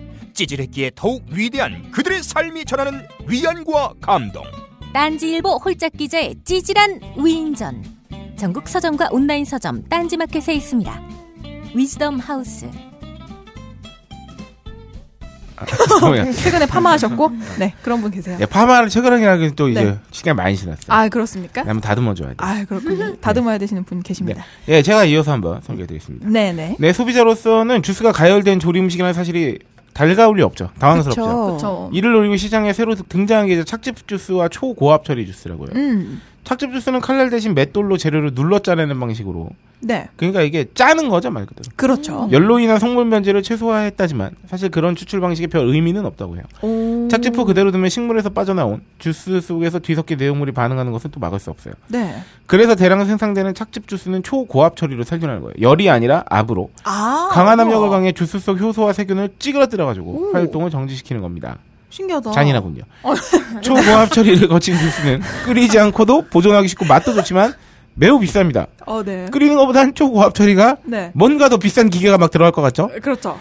G: 찌질했기에 더욱 위대한 그들의 삶이 전하는 위안과 감동.
C: 딴지일보 홀짝 기자의 찌질한 위인전. 전국 서점과 온라인 서점 딴지마켓에 있습니다. 위즈덤 하우스.
D: 뭐야.
E: 음, 최근에 파마하셨고, 네, 그런 분 계세요.
D: 야, 파마를 최근에 하긴 또 이제
E: 네.
D: 시간 많이 지났어요.
E: 아, 그렇습니까?
D: 한번 다듬어 줘야 돼.
E: 아, 그렇군요. 다듬어야 되시는 분 계십니다.
D: 예, 제가 이어서 한번 소개해 드리겠습니다.
E: 네, 네.
D: 네, 소비자로서는 주스가 가열된 조리 음식이라는 사실이 달가울 리 없죠. 당황스럽죠.
E: 저
D: 이를 노리고 시장에 새로 등장한 게 이제 착즙 주스와 초고압 처리 주스라고요.
E: 음.
D: 착즙 주스는 칼날 대신 맷돌로 재료를 눌러 짜내는 방식으로.
E: 네.
D: 그러니까 이게 짜는 거죠, 말 그대로.
E: 그렇죠.
D: 열로 인한 성분 변제를 최소화했다지만 사실 그런 추출 방식에 별 의미는 없다고 해요.
E: 음.
D: 착즙후 그대로 두면 식물에서 빠져나온 주스 속에서 뒤섞인 내용물이 반응하는 것은 또 막을 수 없어요.
E: 네.
D: 그래서 대량 생산되는 착즙 주스는 초고압 처리로 살균하는 거예요. 열이 아니라 압으로
E: 아.
D: 강한 압력을 강해 주스 속 효소와 세균을 찌그러뜨려가지고 활동을 정지시키는 겁니다.
E: 신기하다.
D: 잔인하군요.
E: 어.
D: 초고압 처리를 거친 주스는 끓이지 않고도 보존하기 쉽고 맛도 좋지만 매우 비쌉니다.
E: 어, 네.
D: 끓이는 것보단 초고압 처리가
E: 네.
D: 뭔가 더 비싼 기계가 막 들어갈 것 같죠?
E: 그렇죠.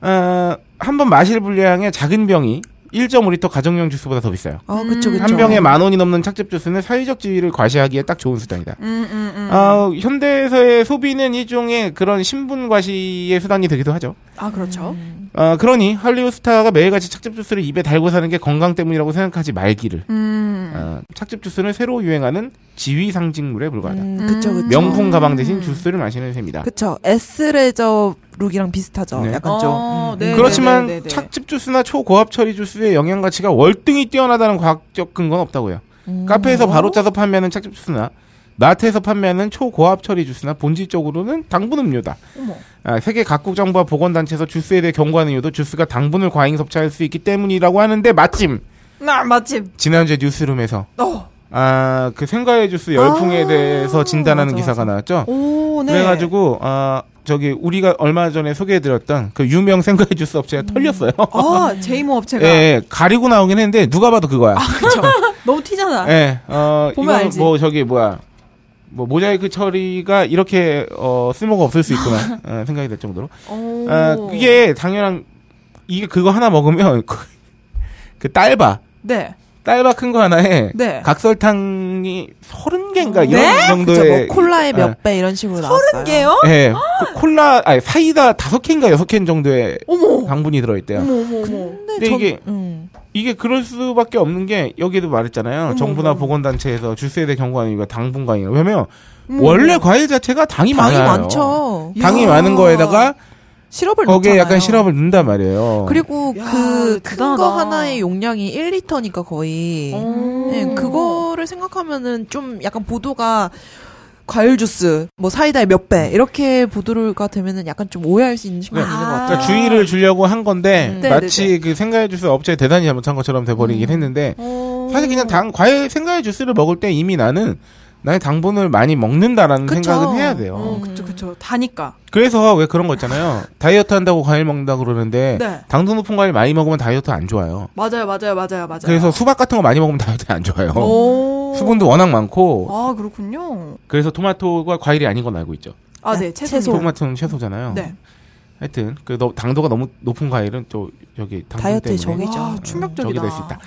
D: 어, 한번 마실 분량의 작은 병이 1.5리터 가정용 주스보다 더 비싸요.
F: 아 그쵸 그쵸.
D: 한 병에 만 원이 넘는 착즙 주스는 사회적 지위를 과시하기에 딱 좋은 수단이다.
E: 음, 음, 음. 아,
D: 아, 현대에서의 소비는 일종의 그런 신분 과시의 수단이 되기도 하죠.
E: 그렇죠.
D: 아, 그러니 할리우드 스타가 매일같이 착즙 주스를 입에 달고 사는 게 건강 때문이라고 생각하지 말기를.
E: 음.
D: 아, 착즙 주스는 새로 유행하는 지위 상징물에 불과하다.
F: 음, 그쵸 그쵸.
D: 명품 가방 대신 주스를 마시는 셈이다.
F: 그쵸 에스레저 룩이랑 비슷하죠.
D: 네.
F: 약간 좀.
E: 어, 네,
D: 그렇지만
E: 네, 네, 네, 네.
D: 착즙 주스나 초고압 처리 주스의 영양 가치가 월등히 뛰어나다는 과학적 근거는 없다고요.
E: 음.
D: 카페에서 바로 짜서 판매하는 착즙 주스나 마트에서 판매하는 초고압 처리 주스나 본질적으로는 당분 음료다.
E: 어머.
D: 아, 세계 각국 정부와 보건단체에서 주스에 대해 경고하는 이유도 주스가 당분을 과잉 섭취할 수 있기 때문이라고 하는데 마침
E: 나 아, 마침.
D: 지난주에 뉴스룸에서
E: 어.
D: 아, 그 생과일 주스 열풍에
E: 아,
D: 대해서 진단하는
E: 맞아,
D: 기사가 나왔죠.
E: 오, 네.
D: 그래가지고 아 저기 우리가 얼마 전에 소개해드렸던 그 유명 생과일 주스 업체가 털렸어요.
E: 음. 아, 제이모 업체가
D: 예, 예, 가리고 나오긴 했는데 누가 봐도 그거야.
E: 너무 튀잖아.
D: 예, 어,
E: 보면
D: 이건
E: 알지.
D: 뭐 저기 뭐야 뭐 모자이크 처리가 이렇게 어, 쓸모가 없을 수 있구나 어, 생각이 될 정도로.
E: 오.
D: 아, 그게 당연한 이게 그거 하나 먹으면 그- 그 딸바
E: 네.
D: 딸바 큰 거 하나에
E: 네.
D: 각설탕이 서른 개인가 이런
F: 그쵸
D: 정도의
F: 뭐 콜라의 몇
D: 예.
F: 배 이런 식으로
E: 서른
F: 나왔어요.
E: 개요?
D: 예, 그 콜라 아니 사이다 다섯 개인가 여섯 개인 정도의
E: 어머.
D: 당분이 들어있대요.
E: 어머, 어머, 어머.
D: 근데 네, 이게
F: 음.
D: 이게 그럴 수밖에 없는 게 여기도 말했잖아요. 정부나
F: 네.
D: 보건단체에서 주스에 대해 경고하는 이유가 당분 과잉이에요. 왜냐면 원래 과일 자체가 당이
F: 음. 당이
D: 많아요.
F: 많죠.
D: 당이
E: 이야.
D: 많은 거에다가
F: 시럽을
D: 거기에
F: 넣잖아요.
D: 약간 시럽을 넣는단 말이에요.
F: 그리고
E: 야,
F: 그 큰
E: 대단하다.
F: 거 하나의 용량이 1리터니까 거의.
E: 오.
F: 네, 그거를 생각하면은 좀 약간 보도가 과일 주스, 뭐 사이다의 몇 배 이렇게 보도가 되면은 약간 좀 오해할 수 있는 순간이
D: 네.
F: 있는 것 같아요.
D: 그러니까 주의를 주려고 한 건데
F: 음.
E: 네,
D: 마치
E: 네,
D: 그 생과일 주스 업체에 대단히 잘못한 것처럼 돼버리긴 했는데
F: 음.
E: 오.
D: 사실 그냥 당 과일 생과일 주스를 먹을 때 이미 나는 나의 당분을 많이 먹는다라는
F: 그쵸.
D: 생각은 해야 돼요.
E: 어, 그쵸 그쵸 다니까
D: 그래서 왜 그런 거 있잖아요. 다이어트 한다고 과일 먹는다 그러는데
E: 네.
D: 당도 높은 과일 많이 먹으면 다이어트 안 좋아요.
E: 맞아요 맞아요 맞아요 맞아요
D: 그래서 수박 같은 거 많이 먹으면 다이어트 안 좋아요.
E: 오.
D: 수분도 뭐. 워낙 많고
E: 아 그렇군요
D: 그래서 토마토가 과일이 아닌 건 알고 있죠.
E: 아 네 채소
D: 토마토는 채소잖아요.
E: 네.
D: 하여튼 그 너- 당도가 너무 높은 과일은 또 여기 당분
F: 다이어트의
D: 때문에 음,
F: 적이죠.
E: 와, 충격적이다
D: 적이 될수 있다.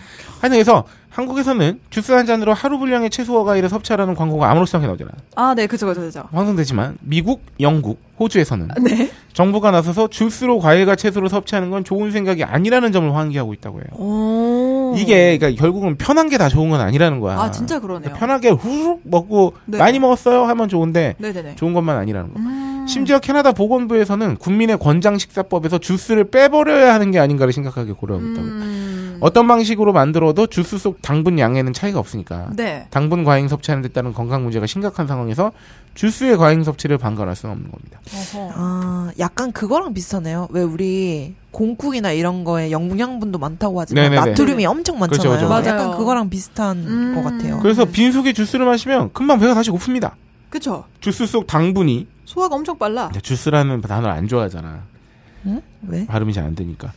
D: 하여튼 그래서 한국에서는 주스 한 잔으로 하루 분량의 채소와 과일을 섭취하라는 광고가 아무렇지 않게 나오잖아.
E: 아네 그쵸 그쵸 그쵸
D: 황성되지만 미국, 영국, 호주에서는
E: 네
D: 정부가 나서서 주스로 과일과 채소를 섭취하는 건 좋은 생각이 아니라는 점을 환기하고 있다고 해요.
E: 오.
D: 이게 그러니까 결국은 편한 게 다 좋은 건 아니라는 거야.
E: 어. 아 진짜 그러네요
D: 그러니까 편하게 후루룩 먹고
E: 네.
D: 많이 먹었어요 하면 좋은데
E: 네네네
D: 좋은 것만 아니라는 거.
E: 음.
D: 심지어 캐나다 보건부에서는 국민의 권장 식사법에서 주스를 빼버려야 하는 게 아닌가를 심각하게 고려하고 있다고. 해요.
E: 음.
D: 어떤 방식으로 만들어도 주스 속 당분 양에는 차이가 없으니까.
E: 네
D: 당분 과잉 섭취하는 데 따른 건강 문제가 심각한 상황에서 주스의 과잉 섭취를 방관할 수는 없는 겁니다.
E: 음. 어허.
F: 아, 약간 그거랑 비슷하네요. 왜 우리 공국이나 이런 거에 영양분도 많다고 하지만
D: 네네네.
F: 나트륨이 엄청
D: 그렇죠,
F: 많잖아요.
D: 그렇죠.
E: 맞아요.
F: 약간 그거랑 비슷한
E: 음.
F: 것 같아요.
D: 그래서 빈속에 주스를 마시면 금방 배가 다시 고픕니다.
E: 그쵸
D: 주스 속 당분이
E: 소화가 엄청 빨라
D: 근데 주스라는 단어를 안 좋아하잖아.
F: 응? 왜?
D: 발음이 잘 안 되니까.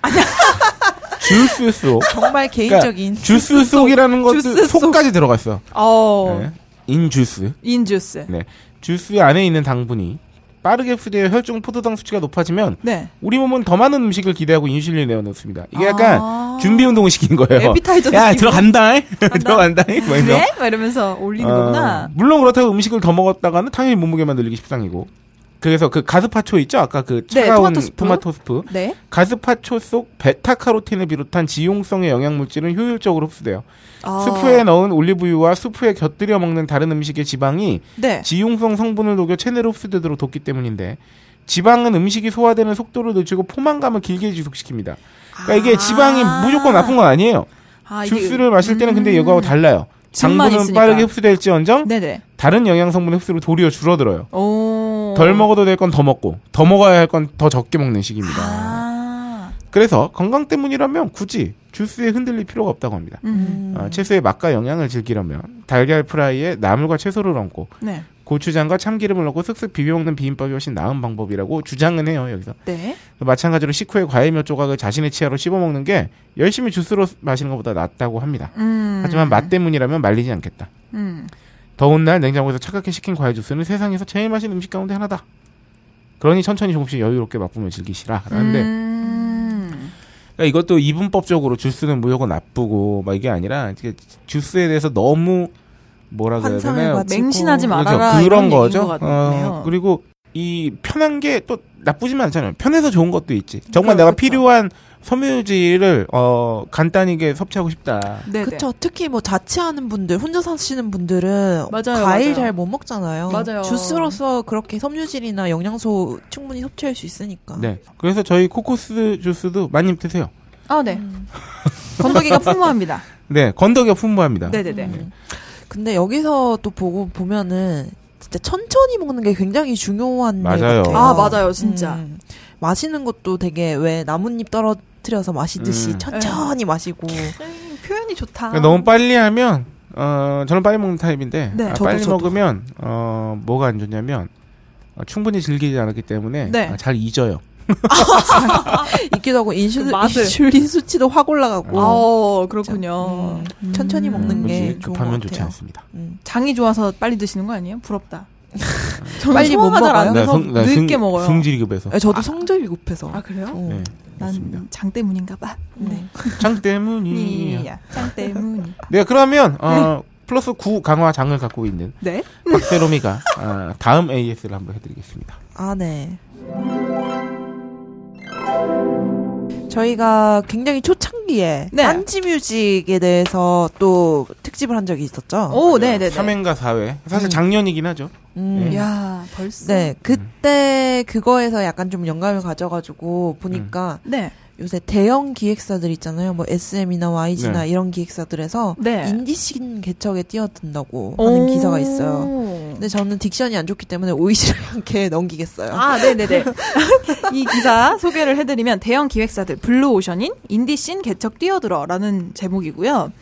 D: 주스 속
F: 정말
D: 네.
F: 개인적인
D: 주스 속이라는 것도
E: 주스 속.
D: 속까지 들어갔어.
E: 어
D: 네. 인주스.
E: 인주스
D: 네. 주스 안에 있는 당분이 빠르게 흡수되어 혈중 포도당 수치가 높아지면
E: 네
D: 우리 몸은 더 많은 음식을 기대하고 인슐린을 내어놓습니다. 이게
E: 아.
D: 약간 준비 운동을 시킨 거예요.
E: 에피타이저
D: 야
E: 느낌.
D: 들어간다. 들어간다. 뭐 이런.
E: 그래? 막 이러면서 올리는
D: 어,
E: 거구나
D: 물론 그렇다고 음식을 더 먹었다가는 당연히 몸무게만 늘리기 십상이고. 그래서 그 가스파초 있죠? 아까 그
E: 네,
D: 차가운
E: 토마토 스프.
D: 토마토 스프.
E: 네
D: 가스파초 속 베타카로틴을 비롯한 지용성의 영양물질은 효율적으로 흡수돼요.
E: 아.
D: 수프에 넣은 올리브유와 수프에 곁들여 먹는 다른 음식의 지방이
E: 네.
D: 지용성 성분을 녹여 체내로 흡수되도록 돕기 때문인데 지방은 음식이 소화되는 속도를 늦추고 포만감을 길게 지속시킵니다. 그러니까 이게 지방이 무조건 나쁜 건 아니에요.
E: 아, 이게-
D: 주스를 마실 때는 근데 이거하고 달라요.
E: 즙만
D: 당분은
E: 있으니까.
D: 빠르게 흡수될지언정
E: 네네.
D: 다른 영양 성분의 흡수로 도리어 줄어들어요.
E: 오.
D: 덜 먹어도 될 건 더 먹고 더 먹어야 할 건 더 적게 먹는 식입니다.
E: 아.
D: 그래서 건강 때문이라면 굳이 주스에 흔들릴 필요가 없다고 합니다.
E: 음.
F: 음.
D: 아, 채소의 맛과 영양을 즐기려면 달걀 프라이에 나물과 채소를 얹고
E: 네.
D: 고추장과 참기름을 넣고 쓱쓱 비벼먹는 비빔밥이 훨씬 나은 방법이라고 주장은 해요 여기서
E: 네.
D: 마찬가지로 식후에 과일 몇 조각을 자신의 치아로 씹어먹는 게 열심히 주스로 마시는 것보다 낫다고 합니다
E: 음.
D: 하지만 맛 때문이라면 말리지 않겠다
E: 음.
D: 더운 날 냉장고에서 차갑게 식힌 과일 주스는 세상에서 제일 맛있는 음식 가운데 하나다 그러니 천천히 조금씩 여유롭게 맛보며 즐기시라 라는데
E: 음.
D: 그러니까 이것도 이분법적으로 주스는 무조건 나쁘고 막 이게 아니라 이게 주스에 대해서 너무 뭐라 그래야
F: 환상을
D: 되나요?
F: 가지고
E: 맹신하지
D: 그렇죠.
E: 말아라.
D: 그런
E: 이런
D: 거죠.
E: 얘기인 것 같네요.
D: 어, 그리고 이 편한 게 또 나쁘지만 않잖아요. 편해서 좋은 것도 있지.
E: 그렇죠, 그럼,
D: 정말 내가
E: 그쵸.
D: 필요한 섬유질을 어 간단히 이게 섭취하고 싶다.
E: 네네.
F: 그쵸. 특히 뭐 자취하는 분들, 혼자 사시는 분들은
E: 맞아요, 맞아요.
F: 과일 잘 못 먹잖아요.
E: 맞아요.
F: 주스로서 그렇게 섬유질이나 영양소 충분히 섭취할 수 있으니까.
D: 네. 그래서 저희 코코스 주스도 많이 드세요.
E: 아, 네.
F: 음.
E: 건더기가 풍부합니다.
D: 네. 건더기가 풍부합니다.
E: 네네네.
F: 음. 근데 여기서 또 보고 보면은 진짜 천천히 먹는 게 굉장히 중요한 일
D: 맞아요.
F: 같아요.
E: 아, 맞아요. 진짜.
F: 음. 마시는 것도 되게 왜 나뭇잎 떨어뜨려서 마시듯이
D: 음.
F: 천천히
E: 네.
F: 마시고
E: 음, 표현이 좋다.
D: 그러니까 너무 빨리 하면 어 저는 빨리 먹는 타입인데
E: 네,
D: 아,
F: 저도,
D: 빨리
F: 저도.
D: 먹으면 어 뭐가 안 좋냐면 어, 충분히 즐기지 않았기 때문에
E: 네.
D: 아, 잘 잊어요.
F: 있기도 하고
E: 그
F: 인슐린,
E: 맛을.
F: 인슐린 수치도 확 올라가고
E: 어, 그렇군요.
F: 음, 천천히 먹는
D: 음,
F: 게
D: 그렇지.
F: 좋은
D: 급하면
F: 것
D: 좋지
F: 같아요.
D: 않습니다.
F: 음.
E: 장이 좋아서 빨리 드시는 거 아니에요? 부럽다. 저는
F: 빨리 못
E: 소화가 잘안
F: 먹어요?
E: 돼서
D: 나
E: 늦게 아, 먹어요.
D: 네,
E: 네,
D: 승질이 급해서.
F: 아, 저도 성적이 급해서.
E: 아, 그래요?
F: 어.
D: 네,
E: 난
D: 맞습니다.
E: 장 때문인가 봐. 네.
D: 장
F: 예,
D: 때문이야.
E: 이야. 장 때문이.
D: 네, 그러면 어, 플러스 9 강화 장을 갖고 있는
E: 네.
D: 박세롬이가 어, 다음 AS를 한번 해드리겠습니다.
F: 아, 네. 저희가 굉장히 초창기에
E: 네.
F: 딴지 뮤직에 대해서 또 특집을 한 적이 있었죠.
E: 오, 네, 네, 네.
D: 3행과 4회. 사실
F: 음.
D: 작년이긴 하죠.
F: 음.
D: 네.
E: 야, 벌써.
F: 네, 그때 그거에서 약간 좀 영감을 가져가지고 보니까
E: 네.
F: 요새 대형 기획사들 있잖아요. 뭐 SM이나 YG나
D: 네.
F: 이런 기획사들에서
E: 네.
F: 인디씬 개척에 뛰어든다고 하는 기사가 있어요. 근데 저는 딕션이 안 좋기 때문에 오이시를 않게 넘기겠어요.
E: 아, 네네네. 이 기사 소개를 해드리면 대형 기획사들 블루오션인 인디씬 개척 뛰어들어라는 제목이고요.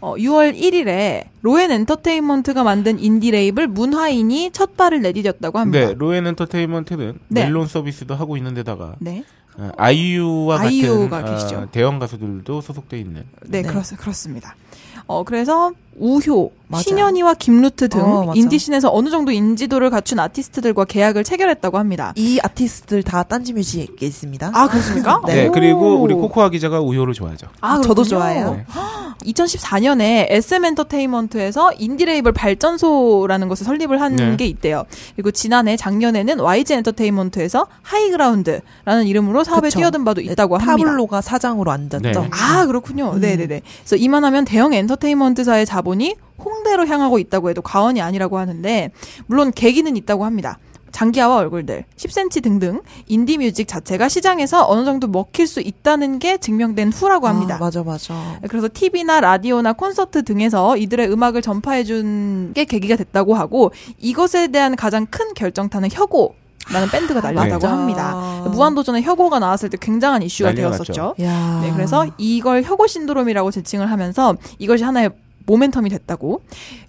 E: 어, 6월 1일에 로엔 엔터테인먼트가 만든 인디 레이블 문화인이 첫 발을 내디뎠다고 합니다.
D: 네, 로엔 엔터테인먼트는
E: 네.
D: 멜론 서비스도 하고 있는 데다가
E: 네,
D: 어, 아이유와
E: 아이유가
D: 같은 어,
E: 계시죠.
D: 대형 가수들도 소속돼 있는
E: 네,
F: 네.
E: 그렇, 그렇습니다. 어, 그래서 우효,
F: 맞아요.
E: 신현이와 김루트 등
F: 어, 맞아.
E: 인디씬에서 어느 정도 인지도를 갖춘 아티스트들과 계약을 체결했다고 합니다.
F: 이 아티스트들 다 딴지 뮤직에 있습니다.
E: 아, 그렇습니까?
D: 네,
E: 오.
D: 그리고 우리 코코아 기자가 우효를 좋아하죠.
E: 아,
F: 저도
E: 그렇군요.
F: 좋아해요.
D: 네.
E: 2014년에 SM 엔터테인먼트에서 인디레이블 발전소라는 것을 설립을 한
D: 네.
E: 게 있대요. 그리고 지난해 작년에는 YG 엔터테인먼트에서 하이그라운드라는 이름으로 사업에
F: 그쵸.
E: 뛰어든 바도 있다고 합니다.
F: 네, 타블로가 음. 사장으로 앉았죠.
D: 네.
E: 아 그렇군요. 네네네. 그래서 이만하면 대형 엔터테인먼트사의 자본이 홍대로 향하고 있다고 해도 과언이 아니라고 하는데 물론 계기는 있다고 합니다. 장기하와 얼굴들, 10cm 등등 인디 뮤직 자체가 시장에서 어느 정도 먹힐 수 있다는 게 증명된 후라고 합니다.
F: 아, 맞아, 맞아.
E: 그래서 TV나 라디오나 콘서트 등에서 이들의 음악을 전파해 준 게 계기가 됐다고 하고 이것에 대한 가장 큰 결정타는 혁오. 라는 밴드가 날렸다고
F: 맞아.
E: 합니다. 무한도전의 혁오가 나왔을 때 굉장한 이슈가
D: 난리가
E: 되었었죠.
F: 야.
E: 네,
D: 음,
E: 그래서 이걸 혁오 신드롬이라고 지칭을 하면서 이것이 하나의 모멘텀이 됐다고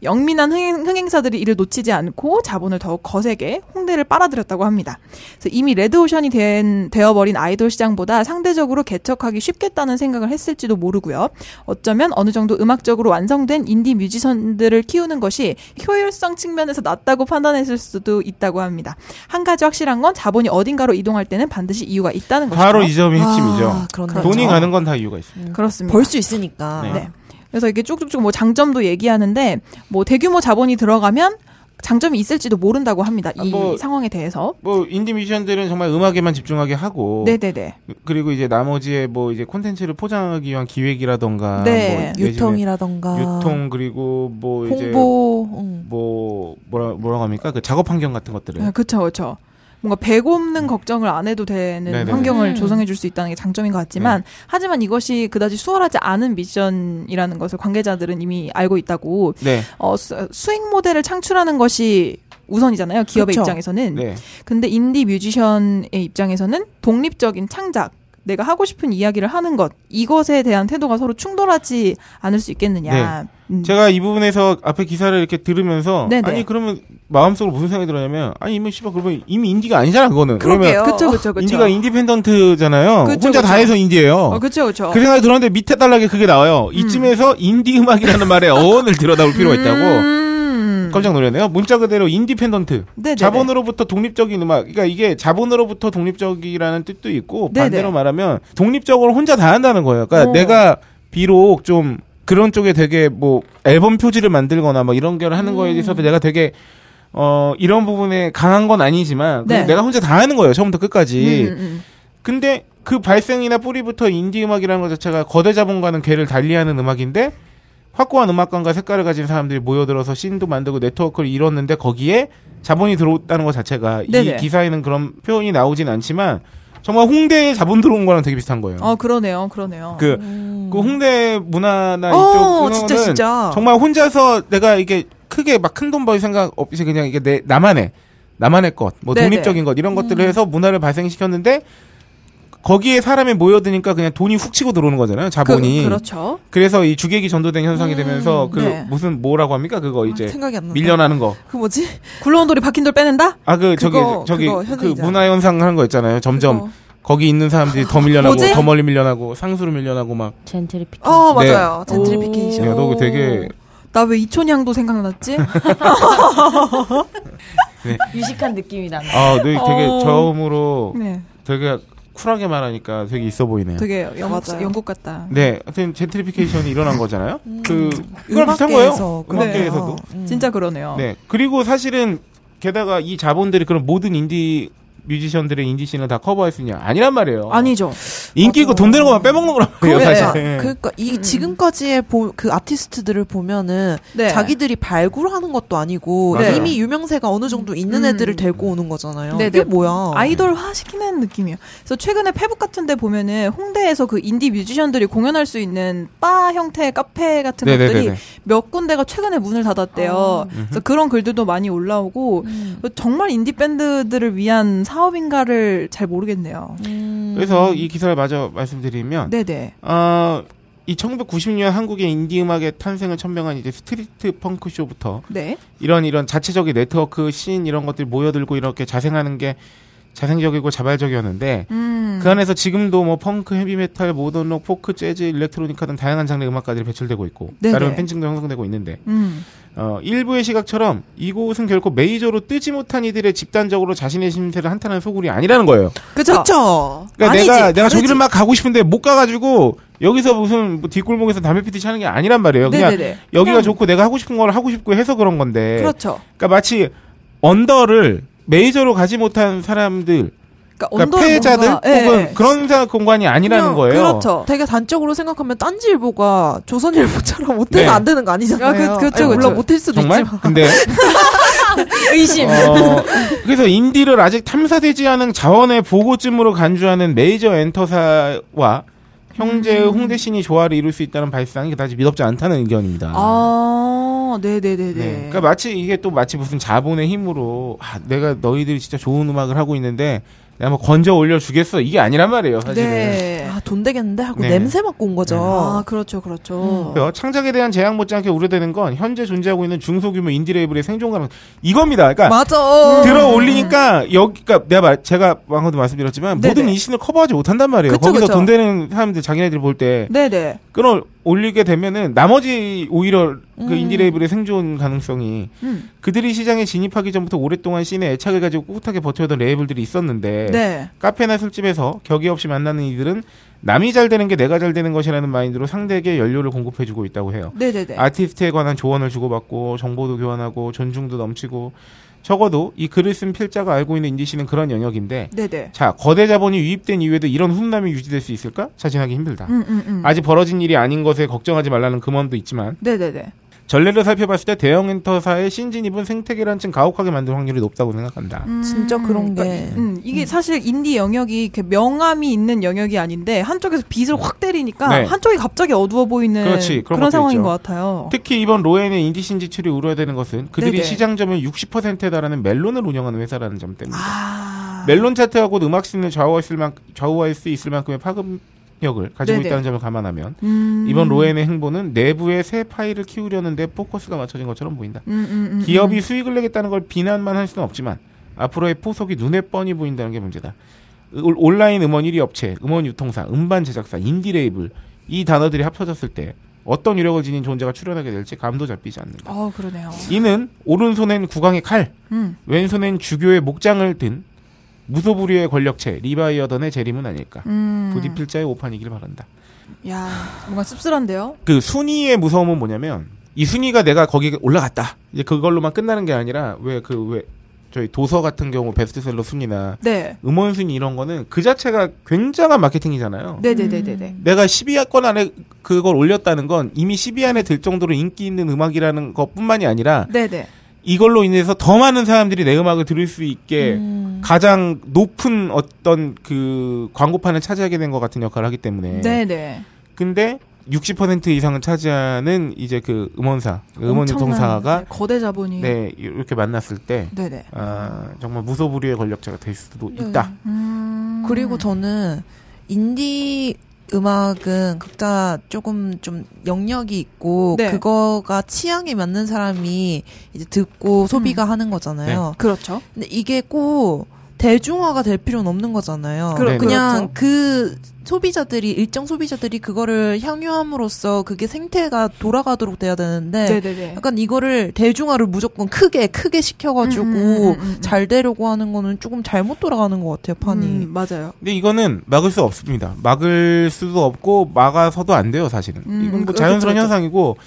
E: 영민한 흥행, 흥행사들이 이를 놓치지 않고 자본을 더욱 거세게 홍대를 빨아들였다고 합니다. 그래서 이미 레드오션이 된, 되어버린 아이돌 시장보다 상대적으로 개척하기 쉽겠다는 생각을 했을지도 모르고요. 어쩌면 어느 정도 음악적으로 완성된 인디 뮤지션들을 키우는 것이 효율성 측면에서 낫다고 판단했을 수도 있다고 합니다. 한 가지 확실한 건 자본이 어딘가로 이동할 때는 반드시 이유가 있다는 것이죠.
D: 바로 이 점이 핵심이죠.
F: 아, 그렇네요.
D: 돈이 가는 건 다 이유가 있습니다.
E: 그렇습니다.
F: 벌 수 있으니까.
D: 네.
E: 네. 그래서 이게 쭉쭉쭉 뭐 장점도 얘기하는데 뭐 대규모 자본이 들어가면 장점이 있을지도 모른다고 합니다. 이
D: 아, 뭐-
E: 상황에 대해서.
D: 뭐 인디 뮤지션들은 정말 음악에만 집중하게 하고
E: 네네네.
D: 그리고 이제 나머지의 뭐 이제 콘텐츠를 포장하기 위한 기획이라던가
E: 네.
D: 뭐 내지는
F: 유통이라던가
D: 유통 그리고 뭐 이제
F: 홍보 응.
D: 뭐 뭐라 뭐라고 합니까? 그 작업 환경 같은 것들을
E: 네, 그쵸 그쵸. 뭔가 배고프는 걱정을 안 해도 되는
D: 음. 네네네. 네.
E: 환경을
F: 음.
E: 조성해 줄 수 있다는 게 장점인 것 같지만 하지만 이것이 그다지 수월하지 않은 미션이라는 것을 관계자들은 이미 알고 있다고
D: 네.
E: 어, 수, 수익 모델을 창출하는 것이 우선이잖아요 기업의
F: 그쵸.
E: 입장에서는
D: 네.
E: 근데 인디 뮤지션의 입장에서는 독립적인 창작, 내가 하고 싶은 이야기를 하는 것, 이것에 대한 태도가 서로 충돌하지 않을 수
D: 네.
E: 있겠느냐. 음.
D: 제가 이 부분에서 앞에 기사를 이렇게 들으면서
E: 네네.
D: 아니 그러면 마음속으로 무슨 생각이 들었냐면 아니 이미 씨발 그러면 이미 인디가 아니잖아 그거는 그러면
F: 그러게요.
E: 그쵸, 그쵸, 그쵸.
D: 인디가 인디펜던트잖아요.
E: 그쵸,
D: 혼자 다
E: 그쵸.
D: 해서 인디예요.
E: 어, 그쵸, 음. 그쵸.
D: 그 생각이 들었는데 밑에 달락에 그게 나와요. 이쯤에서 인디 음악이라는 말의 어원을 들여다볼 필요가 있다고
E: 음.
D: 깜짝 놀랐네요. 문자 그대로 인디펜던트.
E: 네네네.
D: 자본으로부터 독립적인 음악. 그러니까 이게 자본으로부터 독립적이라는 뜻도 있고
E: 네네.
D: 반대로 말하면 독립적으로 혼자 다 한다는 거예요. 그러니까
E: 어.
D: 내가 비록 좀 그런 쪽에 되게 뭐 앨범 표지를 만들거나 뭐 이런 걸 하는 거에
E: 음.
D: 있어서 내가 되게 어 이런 부분에 강한 건 아니지만
E: 네.
D: 내가 혼자 다 하는 거예요. 처음부터 끝까지.
E: 음, 음.
D: 근데 그 발생이나 뿌리부터 인디 음악이라는 것 자체가 거대 자본과는 궤를 달리하는 음악인데 확고한 음악관과 색깔을 가진 사람들이 모여들어서 씬도 만들고 네트워크를 이뤘는데 거기에 자본이 들어왔다는 것 자체가
E: 네네.
D: 이 기사에는 그런 표현이 나오진 않지만 정말 홍대에 자본 들어온 거랑 되게 비슷한 거예요.
E: 어, 그러네요, 그러네요.
D: 그,
F: 음.
D: 그 홍대 문화나
F: 어,
D: 이쪽
F: 진짜,
D: 끊어는
F: 진짜.
D: 정말 혼자서 내가 이게 크게 막 큰 돈 벌 생각 없이 그냥 이게 내 나만의 나만의 것, 뭐
E: 네네.
D: 독립적인 것 이런
F: 음.
D: 것들을 해서 문화를 발생시켰는데 거기에 사람이 모여드니까 그냥 돈이 훅 치고 들어오는 거잖아요 자본이.
E: 그, 렇죠
D: 래서이 주객이 전도된 현상이 되면서 그
E: 네.
D: 무슨 뭐라고 합니까 그거 이제
F: 음, 아, 생각이 안 나.
D: 밀려나는 거.
F: 그 뭐지?
E: 굴러온 돌이 박힌 돌 빼낸다?
D: 아 그 저기
F: 그거,
D: 저기
F: 그거
D: 그
F: 현상이잖아.
D: 문화 현상 하는 거 있잖아요. 점점
F: 그거.
D: 거기 있는 사람들이 더 밀려나고
F: 뭐지?
D: 더 멀리 밀려나고 상수로 밀려나고 막.
A: 젠트리피케이션.
F: 어,
D: 네.
F: 맞아요. 젠트리피케이션.
D: 야, 너 되게
E: 나 왜 이촌향도 생각났지?
A: 유식한 느낌이 나.
D: 아, 너 되게
E: 어.
D: 저음으로
E: 네.
D: 되게 쿨하게 말하니까 되게 있어 보이네요.
E: 되게 영국,
F: 맞아요.
E: 영국 같다.
D: 네, 하여튼 젠트리피케이션이 일어난 거잖아요. 그 그럼 비슷한
F: 음, 음악계에서
D: 거예요.
F: 그래요.
D: 음악계에서도.
F: 음.
E: 진짜 그러네요.
D: 네, 그리고 사실은 게다가 이 자본들이 그런 모든 인디 뮤지션들의 인디 씬을 다 커버할 수 있냐? 아니란 말이에요.
E: 아니죠.
D: 인기 있고 돈 되는 것만 빼먹는 거란 말이에요, 네.
E: 그래. 음.
D: 사실.
F: 그러니까 이 지금까지의 보, 그 아티스트들을 보면은
E: 네.
F: 자기들이 발굴하는 것도 아니고
D: 맞아요.
F: 이미 유명세가 어느 정도 있는
E: 음.
F: 애들을 데리고 오는 거잖아요.
E: 네,
F: 이게
E: 네.
F: 뭐야?
E: 아이돌화 시키는 느낌이에요. 그래서 최근에 페북 같은데 보면은 홍대에서 그 인디 뮤지션들이 공연할 수 있는 바 형태의 카페 같은 것들이
D: 네네네.
E: 몇 군데가 최근에 문을 닫았대요. 그래서 그런 글들도 많이 올라오고 정말 인디 밴드들을 위한 사업인가를 잘 모르겠네요. 네,
F: 음.
D: 아. 그래서 이 기사를 마저 말씀드리면
E: 네네.
D: 어, 이 1990년 한국의 인디 음악의 탄생을 천명한 이제 스트리트 펑크 쇼부터
E: 네.
D: 이런 이런 자체적인 네트워크 씬 이런 것들이 모여들고 이렇게 자생하는 게 자생적이고 자발적이었는데
E: 음.
D: 그 안에서 지금도 뭐 펑크, 헤비메탈, 모던 록, 포크, 재즈, 일렉트로니카 등 다양한 장르 음악가들이 배출되고 있고
E: 네네.
D: 나름 팬층도 형성되고 있는데
E: 음.
D: 어, 일부의 시각처럼 이곳은 결코 메이저로 뜨지 못한 이들의 집단적으로 자신의 심세를 한탄하는 소굴이 아니라는 거예요.
E: 그쵸.
F: 그쵸.
D: 그러니까
F: 아니지,
D: 내가 내가
F: 다르지.
D: 저기를 막 가고 싶은데 못 가가지고 여기서 무슨 뭐 뒷골목에서 담배 피디 차는 게 아니란 말이에요. 그냥
E: 네네네.
D: 여기가
E: 그냥-
D: 좋고 내가 하고 싶은 걸 하고 싶고 해서 그런 건데.
E: 그렇죠.
D: 그러니까 마치 언더를 메이저로 가지 못한 사람들,
E: 그러니까,
D: 그러니까
E: 언더를
D: 패자들
E: 뭔가- 예,
D: 혹은
E: 예.
D: 그런 사- 공간이 아니라는
F: 그냥
D: 거예요.
E: 그렇죠.
F: 되게 단적으로 생각하면 딴지일보가 조선일보처럼 못해서
D: 네.
F: 안 되는 거 아니잖아요.
E: 아, 그- 그쵸,
F: 아니, 물론
E: 그쵸.
F: 못할 수도
D: 정말?
F: 있지만.
D: 근데
A: 의심.
D: 어,
F: 예.
D: 그래서 인디를 아직 탐사되지 않은 자원의 보고쯤으로 간주하는 메이저 엔터사와 형제
F: 음.
D: 홍대신이 조화를 이룰 수 있다는 발상이 그다지 믿업지 않다는 의견입니다.
E: 아, 네네네네.
D: 네. 그러니까 마치 이게 또 마치 무슨 자본의 힘으로 아, 내가 너희들이 진짜 좋은 음악을 하고 있는데 내가 뭐 건져 올려 주겠어 이게 아니란 말이에요 사실은.
E: 네.
F: 아, 돈 되겠는데? 하고
D: 네. 음.
F: 냄새 맡고 온 거죠. 음.
E: 아, 그렇죠, 그렇죠.
D: 그래요. 창작에 대한 제약 못지않게 우려되는 건 현재 존재하고 있는 중소규모 인디 레이블의 생존 가능 이겁니다. 그러니까
F: 맞아.
D: 들어 올리니까 여기 그러니까 내가 말, 제가 방금도 말씀드렸지만
E: 네네.
D: 모든 인신을 커버하지 못한단 말이에요.
E: 그쵸,
D: 거기서
E: 그쵸.
D: 돈 되는 사람들 자기네들 볼 때
E: 네네.
D: 끌어 올리게 되면은 나머지 오히려 그
F: 음.
D: 인디 레이블의 생존 가능성이
E: 음.
D: 그들이 시장에 진입하기 전부터 오랫동안 씬에 애착을 가지고 꿋꿋하게 버텨오던 레이블들이 있었는데
E: 네.
D: 카페나 술집에서 격이 없이 만나는 이들은 남이 잘 되는 게 내가 잘 되는 것이라는 마인드로 상대에게 연료를 공급해주고 있다고 해요.
E: 네네네.
D: 아티스트에 관한 조언을 주고받고 정보도 교환하고 존중도 넘치고 적어도 이 글을 쓴 필자가 알고 있는 인디씨는 그런 영역인데
E: 네네.
D: 자 거대 자본이 유입된 이후에도 이런 훈남이 유지될 수 있을까? 자신하기 힘들다.
E: 음, 음, 음.
D: 아직 벌어진 일이 아닌 것에 걱정하지 말라는 금언도 있지만
E: 네네네.
D: 전례를 살펴봤을 때 대형 엔터사의 신진입은 생태계를 한층 가혹하게 만들 확률이 높다고 생각한다.
F: 아, 진짜 그런 게.
E: 음, 이게 사실 인디 영역이 이렇게 명암이 있는 영역이 아닌데 한쪽에서 빛을 확 때리니까
D: 네.
E: 한쪽이 갑자기 어두워 보이는
D: 그렇지, 그런
E: 그런,
D: 것도
E: 상황인
D: 있죠.
E: 것 같아요.
D: 특히 이번 로엔의 인디 신지출이 우려되는 것은 그들이
E: 네네.
D: 시장 점의 60%에 달하는 멜론을 운영하는 회사라는 점 때문입니다.
E: 아,
D: 멜론 차트가 곧 음악 씬을 좌우할 수, 있을 만, 좌우할 수 있을 만큼의 파급력을 가지고
E: 네네.
D: 있다는 점을 감안하면
E: 음.
D: 이번 로엔의 행보는 내부의 새 파일을 키우려는데 포커스가 맞춰진 것처럼 보인다.
E: 음, 음, 음,
D: 기업이 수익을 내겠다는 걸 비난만 할 수는 없지만 앞으로의 포석이 눈에 뻔히 보인다는 게 문제다. 올- 온라인 음원 1위 업체, 음원 유통사, 음반 제작사, 인디 레이블 이 단어들이 합쳐졌을 때 어떤 유력을 지닌 존재가 출현하게 될지 감도 잡히지 않는다.
E: 음. 어, 그러네요.
D: 이는 오른손엔 국왕의 칼,
E: 음.
D: 왼손엔 주교의 목장을 든 무소불위의 권력체 리바이어던의 재림은 아닐까.
E: 음.
D: 부디필자의 오판이길 바란다.
E: 야, 뭔가 씁쓸한데요?
D: 그 순위의 무서움은 뭐냐면 이 순위가 내가 거기 올라갔다. 이제 그걸로만 끝나는 게 아니라 왜 그 왜 저희 도서 같은 경우 베스트셀러 순위나
E: 네.
D: 음원 순위 이런 거는 그 자체가 굉장한 마케팅이잖아요.
E: 네네네네네.
F: 음.
D: 내가 10위권 안에 그걸 올렸다는 건 이미 10위 안에 들 정도로 인기 있는 음악이라는 것뿐만이 아니라
E: 네네.
D: 이걸로 인해서 더 많은 사람들이 내 음악을 들을 수 있게 가장 높은 어떤 그 광고판을 차지하게 된 것 같은 역할을 하기 때문에.
E: 네네.
D: 근데 60% 이상은 차지하는 이제 그 음원사, 음원
E: 엄청난
D: 유통사가
E: 거대 자본이.
D: 네 이렇게 만났을 때
E: 네네.
D: 아, 정말 무소불위의 권력자가 될 수도
E: 네.
D: 있다.
E: 음.
F: 그리고 저는 인디 음악은 각자 조금 좀 영역이 있고
E: 네.
F: 그거가 취향에 맞는 사람이 이제 듣고
E: 음.
F: 소비가 하는 거잖아요.
E: 그렇죠.
F: 근데 이게 꼭 대중화가 될 필요는 없는 거잖아요.
E: 그러-
D: 네.
F: 그냥
E: 그렇죠.
F: 그 소비자들이 일정 소비자들이 그거를 향유함으로써 그게 생태가 돌아가도록 돼야 되는데
E: 네네네.
F: 약간 이거를 대중화를 무조건 크게 크게 시켜가지고
E: 음, 음, 음, 음, 음.
F: 잘 되려고 하는 거는 조금 잘못 돌아가는 것 같아요 판이.
E: 음, 맞아요.
D: 근데 이거는 막을 수 없습니다. 막을 수도 없고 막아서도 안 돼요 사실은.
E: 음,
D: 이건 뭐
E: 그렇죠,
D: 자연스러운
E: 그렇죠.
D: 현상이고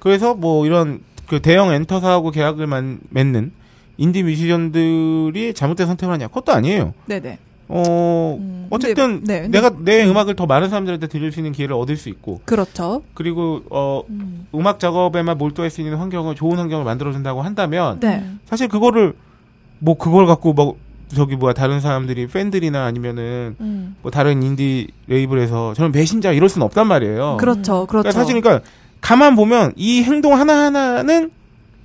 D: 그래서 뭐 이런 그 대형 엔터사하고 계약을 만- 맺는 인디 뮤지션들이 잘못된 선택을 하냐 그것도 아니에요.
E: 네네.
D: 어
F: 음.
D: 어쨌든
E: 네, 네,
D: 내가 내 음악을 더 많은 사람들한테 들을 수 있는 기회를 얻을 수 있고
E: 그렇죠.
D: 그리고 어
F: 음.
D: 음악 작업에만 몰두할 수 있는 환경을 좋은 환경을 만들어준다고 한다면
E: 네.
D: 사실 그거를 뭐 그걸 갖고 뭐 저기 뭐야 다른 사람들이 팬들이나 아니면은
F: 음.
D: 뭐 다른 인디 레이블에서 저는 배신자 이럴 수는 없단 말이에요.
E: 그렇죠.
D: 러니까
E: 그렇죠.
D: 사실 그러니까 가만 보면 이 행동 하나 하나는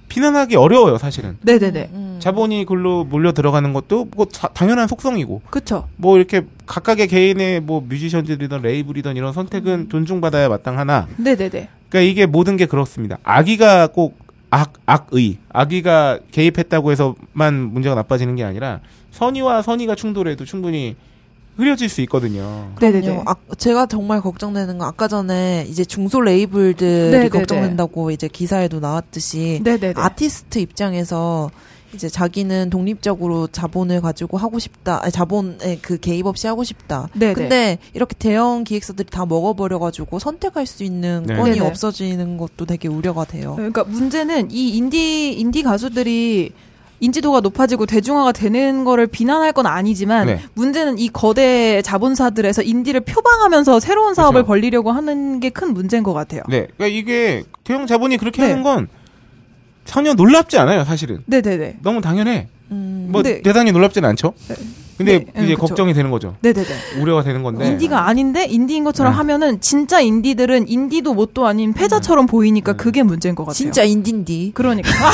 D: 비난하기 어려워요, 사실은.
E: 네네네.
F: 음.
D: 자본이 글로 몰려 들어가는 것도 뭐 자- 당연한 속성이고
E: 그쵸.
D: 뭐 이렇게 각각의 개인의 뭐 뮤지션들이든 레이블이든 이런
E: 음.
D: 선택은 존중받아야 마땅하나
E: 네네네.
D: 그러니까 이게 모든 게 그렇습니다. 악의가 꼭 악, 악의. 악의가 개입했다고 해서만 문제가 나빠지는 게 아니라 선의와 선의가 충돌해도 충분히 흐려질 수 있거든요.
E: 네네네.
F: 아, 제가 정말 걱정되는 건 아까 전에 이제 중소 레이블들이
E: 네네네.
F: 걱정된다고 이제 기사에도 나왔듯이
E: 네네네.
F: 아티스트 입장에서 이제 자기는 독립적으로 자본을 가지고 하고 싶다. 아니, 자본에 그 개입 없이 하고 싶다.
E: 네네.
F: 근데 이렇게 대형 기획사들이 다 먹어버려가지고 선택할 수 있는
D: 네.
F: 권이
E: 네네.
F: 없어지는 것도 되게 우려가 돼요.
E: 그러니까 문제는 이 인디 인디 가수들이 인지도가 높아지고 대중화가 되는 거를 비난할 건 아니지만
D: 네.
E: 문제는 이 거대 자본사들에서 인디를 표방하면서 새로운 사업을
D: 그렇죠.
E: 벌리려고 하는 게 큰 문제인 것 같아요.
D: 네. 그러니까 이게 대형 자본이 그렇게
E: 네.
D: 하는 건 전혀 놀랍지 않아요, 사실은.
E: 네, 네, 네.
D: 너무 당연해.
F: 음,
D: 뭐
E: 근데-
D: 대단히 놀랍진 않죠.
E: 네.
D: 근데
E: 네, 음,
D: 이제
E: 그쵸.
D: 걱정이 되는 거죠.
E: 네, 네, 네.
D: 우려가 되는 건데.
E: 인디가 아닌데 인디인 것처럼
D: 네.
E: 하면은 진짜 인디들은 인디도 뭣도 아닌 패자처럼 보이니까
D: 음.
E: 그게 문제인 것 같아요.
F: 진짜 인딘디.
E: 그러니까 아,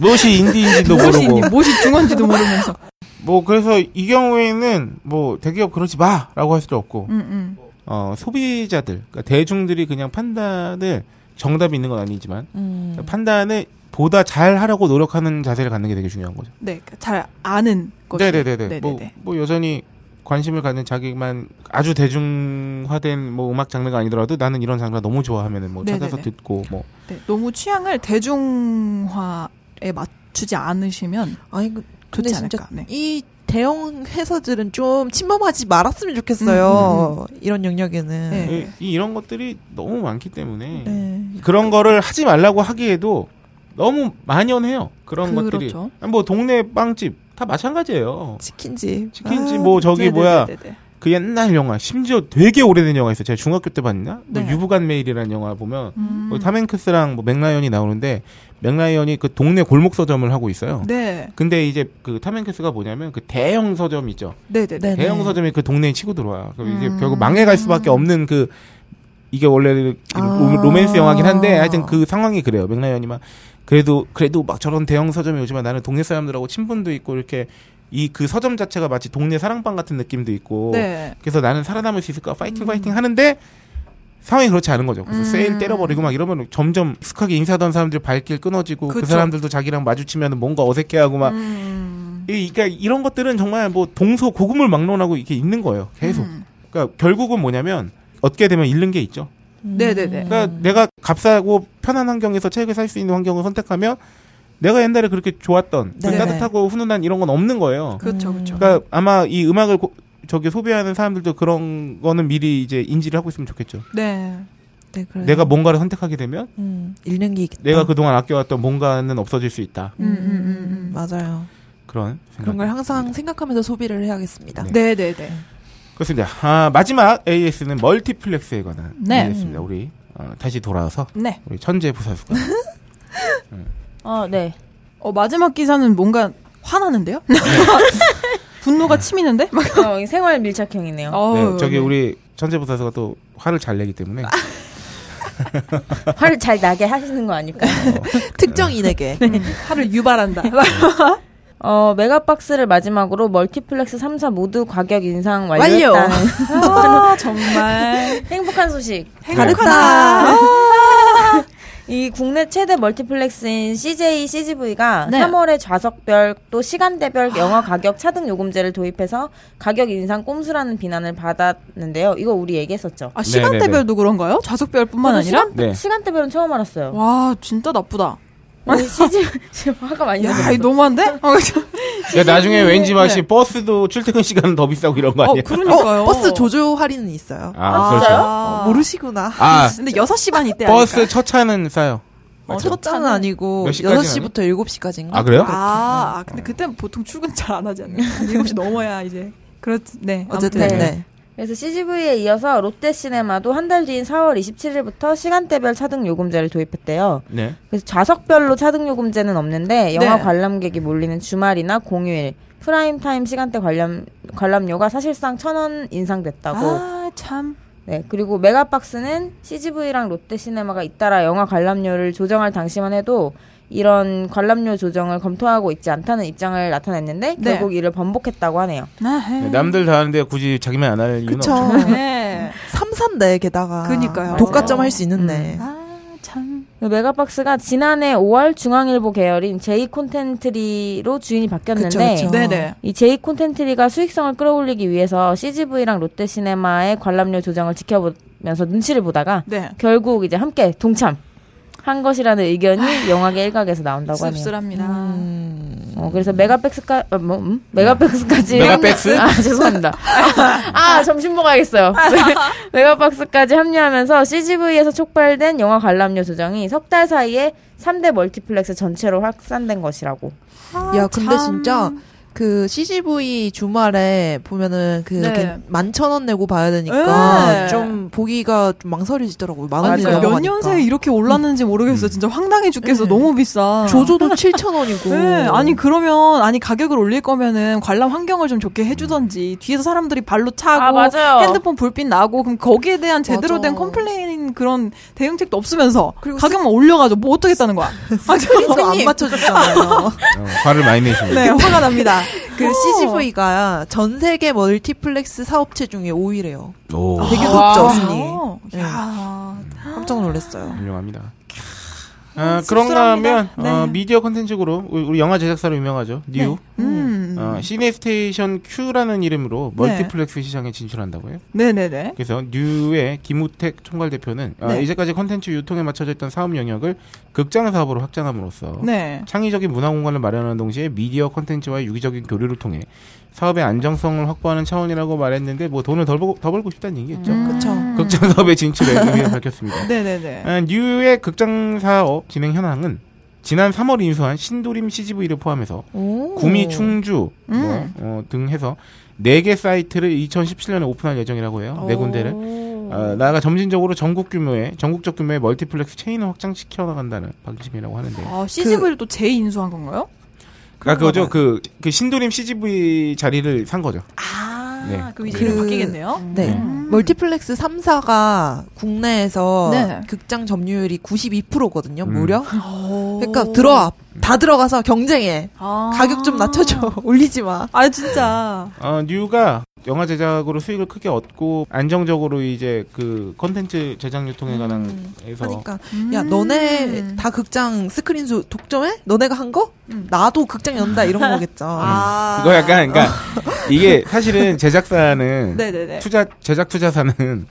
D: 무엇이 인디인지도
E: 무엇이
D: 모르고.
E: 인디, 무엇이 중원지도 모르면서.
D: 뭐 그래서 이 경우에는 뭐 대기업 그러지 마라고 할 수도 없고
F: 뭐.
E: 음, 음.
D: 어, 소비자들, 그러니까 대중들이 그냥 판단을 정답이 있는 건 아니지만
F: 음.
D: 판단을 보다 잘 하려고 노력하는 자세를 갖는 게 되게 중요한 거죠.
E: 네, 그러니까 잘 아는 거죠.
D: 네네네네. 뭐,
E: 네네네.
D: 뭐 여전히 관심을 갖는 자기만 아주 대중화된 뭐 음악 장르가 아니더라도 나는 이런 장르 너무 좋아하면은 뭐 찾아서
E: 네네네.
D: 듣고 뭐
E: 네, 너무 취향을 대중화에 맞추지 않으시면
F: 아니 그- 근데
E: 좋지
F: 진짜
E: 않을까. 네.
F: 이 대형 회사들은 좀 침범하지 말았으면
D: 음,
F: 좋겠어요. 이런 영역에는.
E: 네.
D: 이- 이, 이런 것들이 너무 많기 때문에
F: 네.
D: 그런 거를 하지 말라고 하기에도 너무 만연해요. 그런 것들이
E: 그렇죠.
D: 뭐 동네 빵집 다 마찬가지예요.
F: 치킨집. 아.
D: 치킨집 뭐 저기 뭐야
E: 아, 네네네네.
D: 그 옛날 영화 심지어 되게 오래된 영화 있어요 제가 중학교 때 봤나 뭐
E: 네.
D: 유부간 메일이라는 영화 보면
E: 음.
D: 탐 타맨크스랑 뭐 맥라이언이 나오는데 맥라이언이 그 동네 골목 서점을 하고 있어요
E: 네,
D: 근데 이제 그 타맨크스가 뭐냐면 그 대형 서점 있죠
E: 네네. 네.
F: 네.
D: 대형 서점이 그 동네에 치고 들어와 그럼 이게
E: 음.
D: 결국 망해갈 수밖에 없는 그 이게 원래
F: 아.
D: 로- 로맨스 영화긴 한데 하여튼 그 상황이 그래요 맥라이언이 막 그래도 그래도 막 저런 대형 서점이 오지만 나는 동네 사람들하고 친분도 있고 이렇게 이 그 서점 자체가 마치 동네 사랑방 같은 느낌도 있고
E: 네.
D: 그래서 나는 살아남을 수 있을까 파이팅 파이팅 하는데 상황이 그렇지 않은 거죠. 그래서
E: 음.
D: 세일 때려버리고 막 이러면 점점 익숙하게 인사하던 사람들 발길 끊어지고 그
E: 그쵸.
D: 사람들도 자기랑 마주치면 뭔가 어색해하고 막
E: 음.
D: 이, 그러니까 이런 것들은 정말 뭐 동서 고금을 막론하고 이게 있는 거예요. 계속.
E: 음.
D: 그러니까 결국은 뭐냐면 얻게 되면 잃는 게 있죠.
F: 음.
E: 네네네.
D: 그러니까 내가 값싸고 편한 환경에서 책을 살 수 있는 환경을 선택하면 내가 옛날에 그렇게 좋았던 그
F: 네네.
D: 따뜻하고 훈훈한 이런 건 없는 거예요.
E: 그렇죠, 그렇죠.
D: 그러니까 아마 이 음악을 고- 저기 소비하는 사람들도 그런 거는 미리 이제 인지를 하고 있으면 좋겠죠.
E: 네.
F: 네, 그래요.
D: 내가 뭔가를 선택하게 되면
F: 음, 읽는 게 있겠다.
D: 내가 그동안 아껴왔던 뭔가는 없어질 수 있다.
E: 음, 음, 음, 음.
F: 맞아요.
D: 그런 생각.
F: 그런 걸 항상 생각하면서 소비를 해야겠습니다.
D: 음. 네.
E: 네, 네, 네.
D: 그렇습니다. 아, 마지막 AS는 멀티플렉스에 관한
E: 네.
D: AS입니다. 우리 어, 다시 돌아와서
E: 네.
D: 우리 천재 부사수가
A: 어, 네.
E: 어, 마지막 기사는 뭔가 화나는데요?
D: 네.
E: 분노가 치미는데? 막.
A: 어, 생활 밀착형이네요.
E: 어우,
D: 네, 저기
E: 네.
D: 우리 천재 부사수가 또 화를 잘 내기 때문에 어,
A: 화를 잘 나게 하시는 거 아닐까?
F: 특정인에게.
D: 네.
E: 화를 유발한다.
A: 어, 메가박스를 마지막으로 멀티플렉스 3사 모두 가격 인상
F: 완료.
A: 완료했다는
E: 아, 정말.
A: 행복한 소식.
F: 다르다.
A: 이 국내 최대 멀티플렉스인 CJ CGV가
E: 네.
A: 3월에 좌석별 또 시간대별 영화 가격 차등 요금제를 도입해서 가격 인상 꼼수라는 비난을 받았는데요. 이거 우리 얘기했었죠.
E: 아, 시간대별도 그런가요? 좌석별뿐만
A: 저도
E: 아니라?
A: 시간,
D: 네.
A: 시간대별은 처음 알았어요.
E: 와, 진짜 나쁘다.
A: 우리 CG 화가 많이
F: 네.
E: 야, 이
A: 나요.
E: 너무한데? 어, 저-
D: 야, 그러니까 나중에 왠지 마치 버스도 출퇴근 시간은 더 비싸고 이런 거
E: 어,
D: 아니야?
E: 그러니까요.
F: 어, 버스 조조 할인은 있어요.
D: 아,
A: 진짜요?
D: 그렇죠.
E: 아,
F: 어, 모르시구나.
D: 아,
E: 근데 6시 반 이때
D: 버스 첫 차는 싸요.
F: 어, 첫 잔은 아니고
D: 몇 시까지는
F: 6시부터 7시까지인가?
D: 아, 그래요?
E: 아, 아, 근데 그땐 보통 출근 잘 안 하지 않나요? 7시 넘어야 이제. 그렇지, 네.
F: 어쨌든
A: 네.
F: 네.
A: 그래서 CGV에 이어서 롯데시네마도 한 달 뒤인 4월 27일부터 시간대별 차등 요금제를 도입했대요.
D: 네.
A: 그래서 좌석별로 차등 요금제는 없는데 영화
E: 네.
A: 관람객이 몰리는 주말이나 공휴일 프라임 타임 시간대 관람 관람료가 사실상 천 원 인상됐다고.
E: 아, 참.
A: 네. 그리고 메가박스는 CGV랑 롯데시네마가 잇따라 영화 관람료를 조정할 당시만 해도 이런 관람료 조정을 검토하고 있지 않다는 입장을 나타냈는데
E: 네.
A: 결국 이를 번복했다고 하네요.
E: 아,
D: 네, 남들 다 하는데 굳이 자기만 안 할 이유는
F: 그쵸.
D: 없죠.
E: 네.
F: 삼산데 게다가.
E: 그니까요.
F: 독과점 할 수
D: 음.
F: 있는데. 네.
E: 아, 참.
A: 그 메가박스가 지난해 5월 중앙일보 계열인 J 콘텐트리로 주인이 바뀌었는데
F: 그쵸, 그쵸.
E: 네네.
A: 이 J 콘텐트리가 수익성을 끌어올리기 위해서 CGV랑 롯데시네마의 관람료 조정을 지켜보면서 눈치를 보다가
E: 네.
A: 결국 이제 함께 동참 한 것이라는 의견이 영화계 일각에서 나온다고 하네요.
E: 씁쓸합니다.
F: 음.
A: 어, 그래서 메가백스까 어, 뭐, 음? 메가백스까지
D: 메가백스?
A: 아 죄송합니다. 아 점심 먹어야겠어요. 메가박스까지 합류하면서 CGV에서 촉발된 영화 관람료 조정이 석 달 사이에 3대 멀티플렉스 전체로 확산된 것이라고.
D: 아,
F: 야, 근데
E: 참.
F: 진짜 그 CGV 주말에 보면은 그
E: 네.
F: 이렇게 만천 원 내고 봐야 되니까
E: 네.
F: 좀 보기가 좀 망설여지더라고요. 만
E: 아니,
F: 원이
E: 그러니까
F: 넘어가니까. 음. 네.
E: 몇년 사이에 이렇게 올랐는지 모르겠어. 요 진짜 황당해 죽겠어. 너무 비싸.
F: 조조도 7천 원이고.
E: 네, 아니 그러면 아니 가격을 올릴 거면은 관람 환경을 좀 좋게 해주던지 뒤에서 사람들이 발로 차고
A: 아, 맞아요.
E: 핸드폰 불빛 나고 그럼 거기에 대한 제대로
F: 맞아.
E: 된 컴플레인 그런 대응책도 없으면서
F: 그리고
E: 가격만 올려가지고 뭐 어떻겠다는 거야? 아,
F: 그거 안 맞춰줬잖아요.
D: 어, 화를 많이 내시네.
E: 네 화가 납니다. 어.
F: 그 CGV가 전 세계 멀티플렉스 사업체 중에 5위래요.
D: 오,
F: 되게 높죠, 순위.
E: 어,
F: 네.
E: 야,
F: 깜짝 놀랐어요.
D: 훌륭합니다. 아, 그런가 하면 어,
E: 네.
D: 미디어 컨텐츠로 우리, 우리 영화 제작사로 유명하죠. 뉴.
E: 음,
F: 아.
E: 네.
D: 어, 시네스테이션 Q라는 이름으로 멀티플렉스 시장에 진출한다고 해요.
E: 네네네.
D: 그래서 뉴의 김우택 총괄 대표는 아,
E: 네.
D: 이제까지 컨텐츠 유통에 맞춰져 있던 사업 영역을 극장 사업으로 확장함으로써
E: 네.
D: 창의적인 문화 공간을 마련하는 동시에 미디어 컨텐츠와의 유기적인 교류를 통해 사업의 안정성을 확보하는 차원이라고 말했는데 뭐 돈을 덜, 벌고, 더 벌고 싶다는 얘기겠죠.
F: 그쵸.
D: 극장 사업의 진출에 의미를 밝혔습니다.
E: 음. 네네네.
D: 아, 뉴의 극장 사업 진행 현황은 지난 3월 인수한 신도림 CGV를 포함해서
F: 오.
D: 구미 충주 뭐,
E: 음.
D: 어, 등 해서 네 개 사이트를 2017년에 오픈할 예정이라고 해요. 네 군데를. 아, 나아가 점진적으로 전국 규모의 전국적 규모의 멀티플렉스 체인을 확장시켜 나간다는 방침이라고 하는데.
E: 아,
F: 그
E: CGV를 또 재인수한 건가요?
D: 아 그거죠. 그, 그 신도림 CGV 자리를 산 거죠.
E: 아,
D: 네.
E: 그럼 이제 이름
F: 그-
E: 바뀌겠네요.
F: 네.
E: 음.
F: 멀티플렉스 3사가 국내에서
E: 네.
F: 극장 점유율이 92%거든요,
D: 음.
F: 무려.
E: 오.
F: 그러니까 들어와. 다 들어가서 경쟁해.
E: 아.
F: 가격 좀 낮춰줘. 올리지 마.
E: 아 진짜.
D: 어, 뉴가 영화 제작으로 수익을 크게 얻고 안정적으로 이제 그 컨텐츠 제작 유통에 관한 에서
F: 그러니까 야
E: 음.
F: 너네 다 극장 스크린 수 독점해? 너네가 한 거? 나도 극장 연다 이런 거겠죠.
E: 음. 아.
D: 그거 약간 그러니까 이게 사실은 제작사는
E: 네네네.
D: 투자 제작 투자사는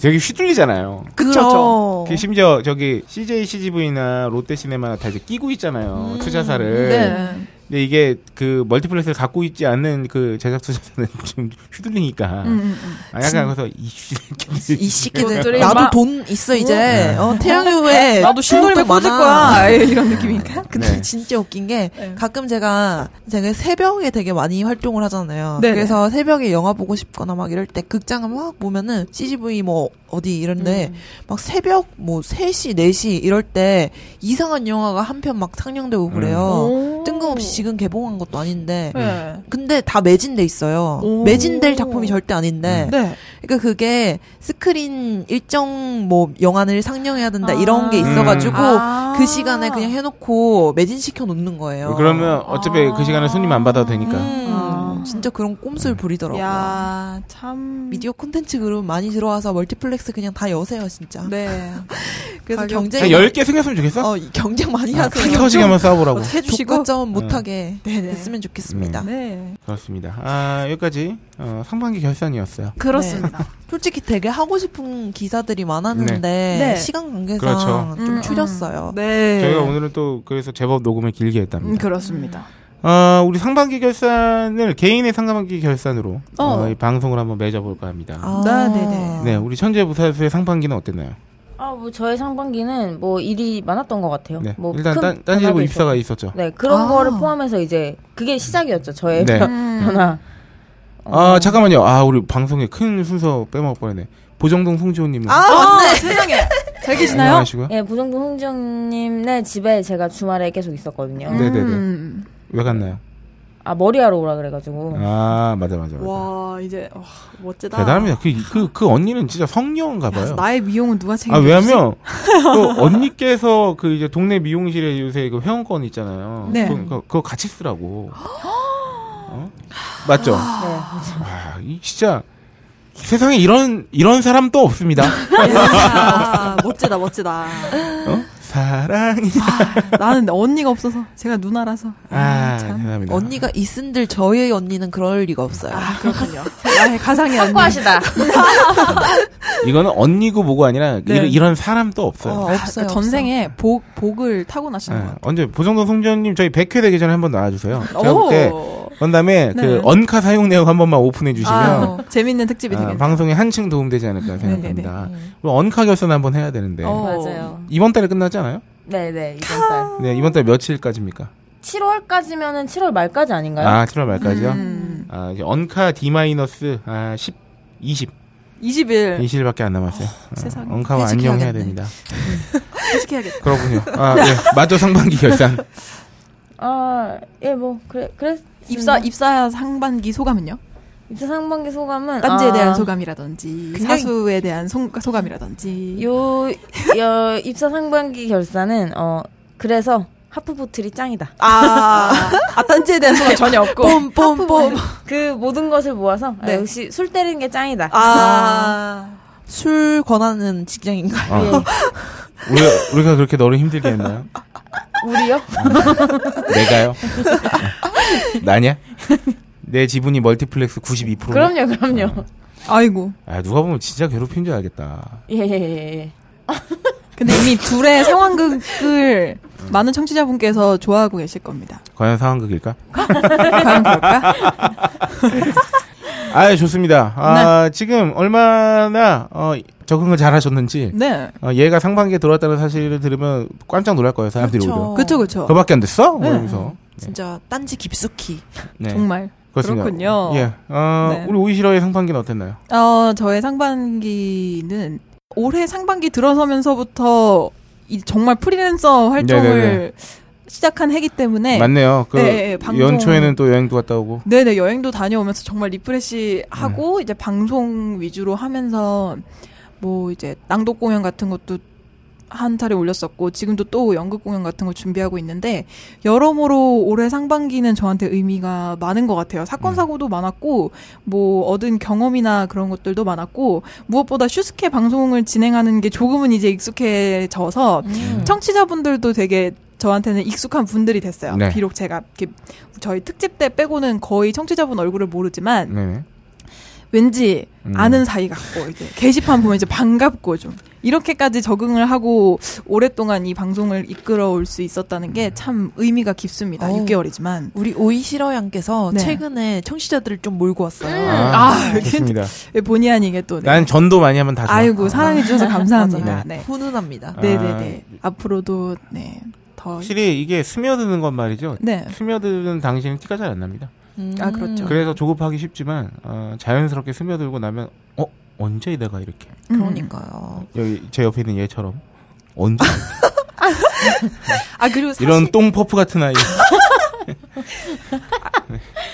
D: 되게 휘둘리잖아요.
F: 그쵸.
D: 그 심지어 저기 CJ CGV나 롯데시네마나 다 이제 끼고 있잖아요 투자사를.
E: 네.
D: 근데 이게 그 멀티플렉스를 갖고 있지 않는 그 제작 투자사는 지금 휘둘리니까.
E: 음, 음, 음.
D: 아, 약간 그래서 이 새끼들.
F: 이 새끼들
A: 돈들이
F: 나도
A: 막-
F: 돈 있어 이제 어, 태양유에
E: 나도 신도림에
F: 꽂을
E: 꽂을 어, 거야. 아, 예, 에이, 이런 느낌인가?
F: 근데
D: 네.
F: 진짜 웃긴 게
E: 네.
F: 가끔 제가 제가 새벽에 되게 많이 활동을 하잖아요.
E: 네네.
F: 그래서 새벽에 영화 보고 싶거나 막 이럴 때 극장을 막 보면은 CGV 뭐 어디 이런데
E: 음.
F: 막 새벽 뭐 3시, 4시 이럴 때 이상한 영화가 한 편 막 상영되고 그래요.
E: 음. 오.
F: 어, 뜬금없이 지금 개봉한 것도 아닌데.
E: 네.
F: 근데 다 매진돼 있어요.
E: 오.
F: 매진될 작품이 절대 아닌데.
E: 네.
F: 그러니까 그게 스크린 일정 뭐 영화를 상영해야 된다
E: 아.
F: 이런 게 있어가지고
E: 아.
F: 그 시간에 그냥 해놓고 매진시켜 놓는 거예요.
D: 그러면 어차피 그 시간에 손님 안 받아도 되니까.
F: 음,
E: 아.
F: 진짜 그런 꼼수를 부리더라고요.
E: 야, 참.
F: 미디어 콘텐츠 그룹 많이 들어와서 멀티플렉스 그냥 다 여세요 진짜.
E: 네.
F: 그래서
E: 가격-
F: 경쟁
D: 한 10개 생겼으면 좋겠어?
F: 음. 어, 이- 경쟁 많이
D: 아,
F: 하세요.
D: 크게 터지게 한번 싸워보라고.
E: 어떻게 해주시고.
F: 독과점 못하게
E: 네네.
F: 됐으면 좋겠습니다.
E: 네.
D: 그렇습니다. 아, 여기까지 어, 상반기 결산이었어요.
E: 그렇습니다.
F: 솔직히 되게 하고 싶은 기사들이 많았는데
E: 네.
F: 시간 관계상
D: 그렇죠.
F: 좀
E: 음,
F: 줄였어요.
E: 네.
D: 저희가 오늘은 또 그래서 제법 녹음을 길게
E: 음,
D: 했답니다.
E: 그렇습니다.
D: 아, 우리 상반기 결산을 개인의 상반기 결산으로
E: 어.
D: 어, 이 방송을 한번 맺어볼까 합니다.
F: 아.
E: 네, 네네.
D: 아. 네, 우리 천재 부사수의 상반기는 어땠나요?
A: 아 뭐 저의 상반기는 뭐 일이 많았던 것 같아요.
D: 네,
A: 뭐
D: 일단
A: 큰
D: 딴, 딴지일보
A: 변화도
D: 입사가
A: 있었고.
D: 있었죠.
A: 네 그런
F: 아.
A: 거를 포함해서 이제 그게 시작이었죠 저의
D: 네.
F: 음.
E: 음.
A: 변화.
D: 아, 잠깐만요. 아, 우리 방송에 큰 순서 빼먹을 뻔했네. 보정동 송지호님.
E: 아, 맞네. 세상에. 잘 계시나요?
D: 안녕하시고요.
A: 예, 부정부
D: 음.
A: 홍지영님네 집에 제가 주말에 계속 있었거든요.
D: 네네네.
E: 음.
D: 왜 갔나요?
A: 아 머리하러 오라 그래가지고
D: 아 맞아 맞아 맞아.
E: 와 이제 와, 멋지다.
D: 대단합니다. 그 그 그 언니는 진짜 성녀인가
E: 야,
D: 봐요.
E: 나의 미용은 누가 책임져?
D: 아 왜냐면 그 언니께서 그 이제 동네 미용실에 요새 그 회원권 있잖아요.
E: 네.
D: 그거, 그거- 그거 같이 쓰라고. 어? 맞죠?
A: 네.
D: 아, 이 진짜 세상에 이런 이런 사람도 없습니다.
E: 야, 아, 멋지다 멋지다.
D: 어? 사랑이
E: 아, 나는 언니가 없어서 제가 누나라서.
D: 아, 대단합니다.
F: 언니가 있은들 저희 언니는 그럴 리가 없어요.
E: 아 그렇군요. 나의 가상의 언니.
A: 확고하시다.
D: 이거는 언니고 뭐고 아니라
E: 네.
D: 이런, 이런 사람도 없어요.
F: 어,
E: 아,
F: 없어요.
E: 그러니까 전생에 복 복을 타고 나신
D: 예,
E: 것 같아.
D: 언제 보성동 송지현님 저희 100회 되기 전에 한번 나와주세요. 제가
E: 오.
D: 그때 그런 다음에
E: 네.
D: 그 언카 사용 내역 한 번만 오픈해
E: 아,
D: 주시면
E: 어, 재밌는 특집이
D: 아,
E: 되겠네.
D: 방송에 한층 도움되지 않을까 생각합니다. 그리고 언카 결선 한번 해야 되는데
E: 어.
A: 맞아요.
D: 이번 달에 끝나지 않아요?
A: 네네 이번 달.
D: 네 이번 달 며칠까지입니까?
A: 7월까지면은 7월 말까지 아닌가요?
D: 아 7월 말까지요?
E: 음,
D: 아 이제 언카 D 마이너스 아 10, 20
E: 20일
D: 20일밖에 안 남았어요. 어,
E: 세상에.
D: 언카와
F: 회식해야겠네.
D: 안녕해야 됩니다.
E: 회식해야겠다.
D: 그러군요. 아, 예. 마저 상반기 결산.
A: 아, 예, 뭐, 그래, 그래.
E: 입사 입사 상반기 소감은요?
A: 입사 상반기 소감은.
E: 딴지에
A: 아,
E: 대한 소감이라든지
F: 굉장히-
E: 사수에 대한 소, 소감이라든지
A: 요, 요, 입사 상반기 결산은, 어, 그래서 하프보틀이 짱이다.
E: 아, 아 딴지에 대한 소감 전혀 없고
F: 뽐뽐뽐.
A: 그 모든 것을 모아서,
F: 네.
A: 아, 역시 술 때리는 게 짱이다.
E: 아
F: 술 권하는 직장인가?
D: 아, 우리가, 우리가 그렇게 너를 힘들게 했나요?
A: 우리요?
D: 내가요? 아, 나냐? 내 지분이 멀티플렉스 92%.
A: 그럼요, 그럼요.
E: 아이고
D: 아, 누가 보면 진짜 괴롭힌 줄 알겠다.
A: 예, 예, 예. 예.
E: 근데 이미 둘의 상황극을 많은 청취자분께서 좋아하고 계실 겁니다.
D: 과연 상황극일까?
E: 과연 그럴까?
D: 아, 좋습니다.
E: 네.
D: 아, 지금 얼마나 어, 적응을 잘 하셨는지.
E: 네.
D: 어, 얘가 상반기에 들어왔다는 사실을 들으면 깜짝 놀랄 거예요, 사람들이 오히려.
E: 그쵸, 네. 그쵸.
D: 그거밖에 안 됐어? 뭐 이러면서.
F: 진짜 딴지 깊숙이.
D: 네.
E: 정말.
D: 그렇습니다.
E: 그렇군요.
D: 예. 어,
E: 네.
D: 우리 오이시러의 상반기는 어땠나요?
E: 어, 저의 상반기는 올해 상반기 들어서면서부터 이 정말 프리랜서 활동을
D: 네네네.
E: 시작한 해기 때문에
D: 맞네요. 그
E: 네, 방송-
D: 연초에는 또 여행도 갔다 오고. 네.
E: 네네 여행도 다녀오면서 정말 리프레시 하고 이제 방송 위주로 하면서 뭐 이제 낭독 공연 같은 것도 한 차례 올렸었고 지금도 또 연극 공연 같은 거 준비하고 있는데 여러모로 올해 상반기는 저한테 의미가 많은 것 같아요. 사건
D: 음.
E: 사고도 많았고 뭐 얻은 경험이나 그런 것들도 많았고 무엇보다 슈스케 방송을 진행하는 게 조금은 이제 익숙해져서
D: 음.
E: 청취자분들도 되게 저한테는 익숙한 분들이 됐어요.
D: 네.
E: 비록 제가 이렇게 저희 특집 때 빼고는 거의 청취자분 얼굴을 모르지만
D: 네네.
E: 왠지
D: 음.
E: 아는 사이 같고 이제 게시판 보면 이제 반갑고 좀 이렇게까지 적응을 하고 오랫동안 이 방송을 이끌어올 수 있었다는 게 참 의미가 깊습니다.
F: 어우.
E: 6개월이지만
F: 우리 오이시러 양께서
E: 네.
F: 최근에 청취자들을 좀 몰고 왔어요.
D: 아,
E: 아,
D: 좋습니다.
E: 본의 아니게 또 네.
D: 난 전도 많이 하면 다 좋아.
E: 아이고 사랑해 주셔서 감사합니다.
F: 맞아요.
E: 네.
F: 훈훈합니다.
E: 네, 네, 네. 앞으로도 네. 더
D: 확실히 이게 스며드는 건 말이죠.
E: 네.
D: 스며드는 당시에는 티가 잘 안 납니다.
F: 음.
E: 아, 그렇죠.
D: 그래서 조급하기 쉽지만 어, 자연스럽게 스며들고 나면 어 언제 내가 이렇게
E: 음.
F: 그러니까요.
D: 여기 제 옆에 있는 얘처럼 언제
E: 아 그리고 사실
D: 이런 똥 퍼프 같은 아이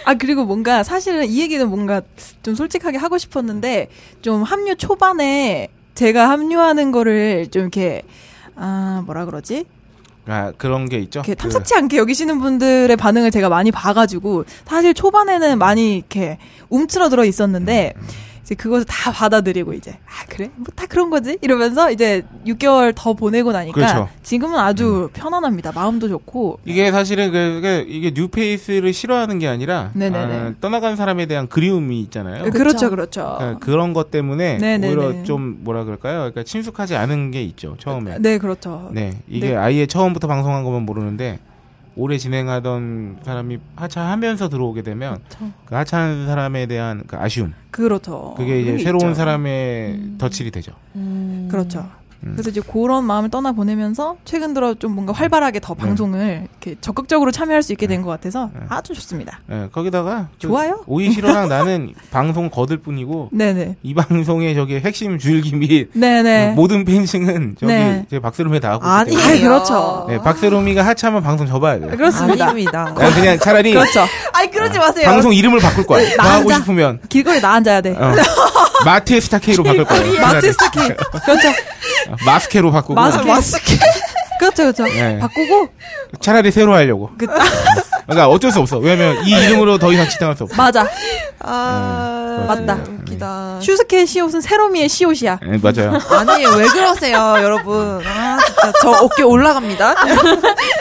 E: 아 그리고 뭔가 사실은 이 얘기는 뭔가 좀 솔직하게 하고 싶었는데 좀 합류 초반에 제가 합류하는 거를 좀 이렇게 아 뭐라 그러지
D: 아 그런 게 있죠.
E: 이렇게
D: 그
E: 탐탁치 않게 여기시는 분들의 반응을 제가 많이 봐가지고 사실 초반에는 많이 이렇게 움츠러들어 있었는데
D: 음.
E: 이제 그것을 다 받아들이고 이제 아 그래 뭐 다 그런 거지 이러면서 이제 6개월 더 보내고 나니까
D: 그렇죠.
E: 지금은 아주 편안합니다 마음도 좋고
D: 이게 사실은 그, 그 이게 뉴페이스를 싫어하는 게 아니라
E: 네네네.
D: 아, 떠나간 사람에 대한 그리움이 있잖아요.
E: 그렇죠 그렇죠
D: 그러니까 그런 것 때문에
E: 네네네.
D: 오히려 좀 뭐라 그럴까요? 그러니까 친숙하지 않은 게 있죠 처음에.
E: 네 그렇죠
D: 네, 이게
E: 네.
D: 아예 처음부터 방송한 것만 모르는데 오래 진행하던 사람이 하차하면서 들어오게 되면
E: 그렇죠.
D: 그 하차한 사람에 대한 그 아쉬움
E: 그렇죠
D: 그게 이제
E: 그런 게
D: 새로운
E: 있죠.
D: 사람의 덧칠이 되죠.
F: 음.
E: 그렇죠. 그래서 이제 그런 마음을 떠나 보내면서 최근 들어 좀 뭔가 활발하게
D: 네.
E: 더 방송을 이렇게 적극적으로 참여할 수 있게 된 것 같아서 아주 좋습니다.
D: 예, 거기다가 그
E: 좋아요.
D: 오이시로랑 나는 방송 거들 뿐이고
E: 네네.
D: 이 방송의 저기 핵심 줄기 및
E: 네네.
D: 모든 팬층은 저기
E: 네.
D: 제 박세롬에 다 하고
F: 아니,
D: 있기 때문에.
E: 아이, 그렇죠.
D: 네, 박세롬이가 하차하면 방송 접어야 돼.
E: 그렇습니다.
F: 아닙니다.
D: 난 그냥 차라리
E: 그렇죠.
F: 아니 그러지 마세요.
D: 방송 이름을 바꿀 거야. 나 하고 싶으면
E: 길거리 나 앉아야 돼.
D: 어. 마트의 스타케이로 바꿀 거야. 어,
E: 마트 스타킹. 그렇죠.
D: 마스케로 바꾸고
E: 마스-
F: 마스크.
E: 그렇죠. 그렇죠.
D: 네.
E: 바꾸고
D: 차라리 새로 하려고. 그러니까 어쩔 수 없어. 왜냐면 이 이름으로 더 이상 지탱할 수 없어.
E: 맞아.
F: 아
D: 그렇습니다.
F: 맞다. 웃기다.
E: 슈스케의 시옷은 세로미의 시옷이야.
D: 네, 맞아요.
F: 아니 왜 그러세요, 여러분? 아 진짜 저 어깨 올라갑니다.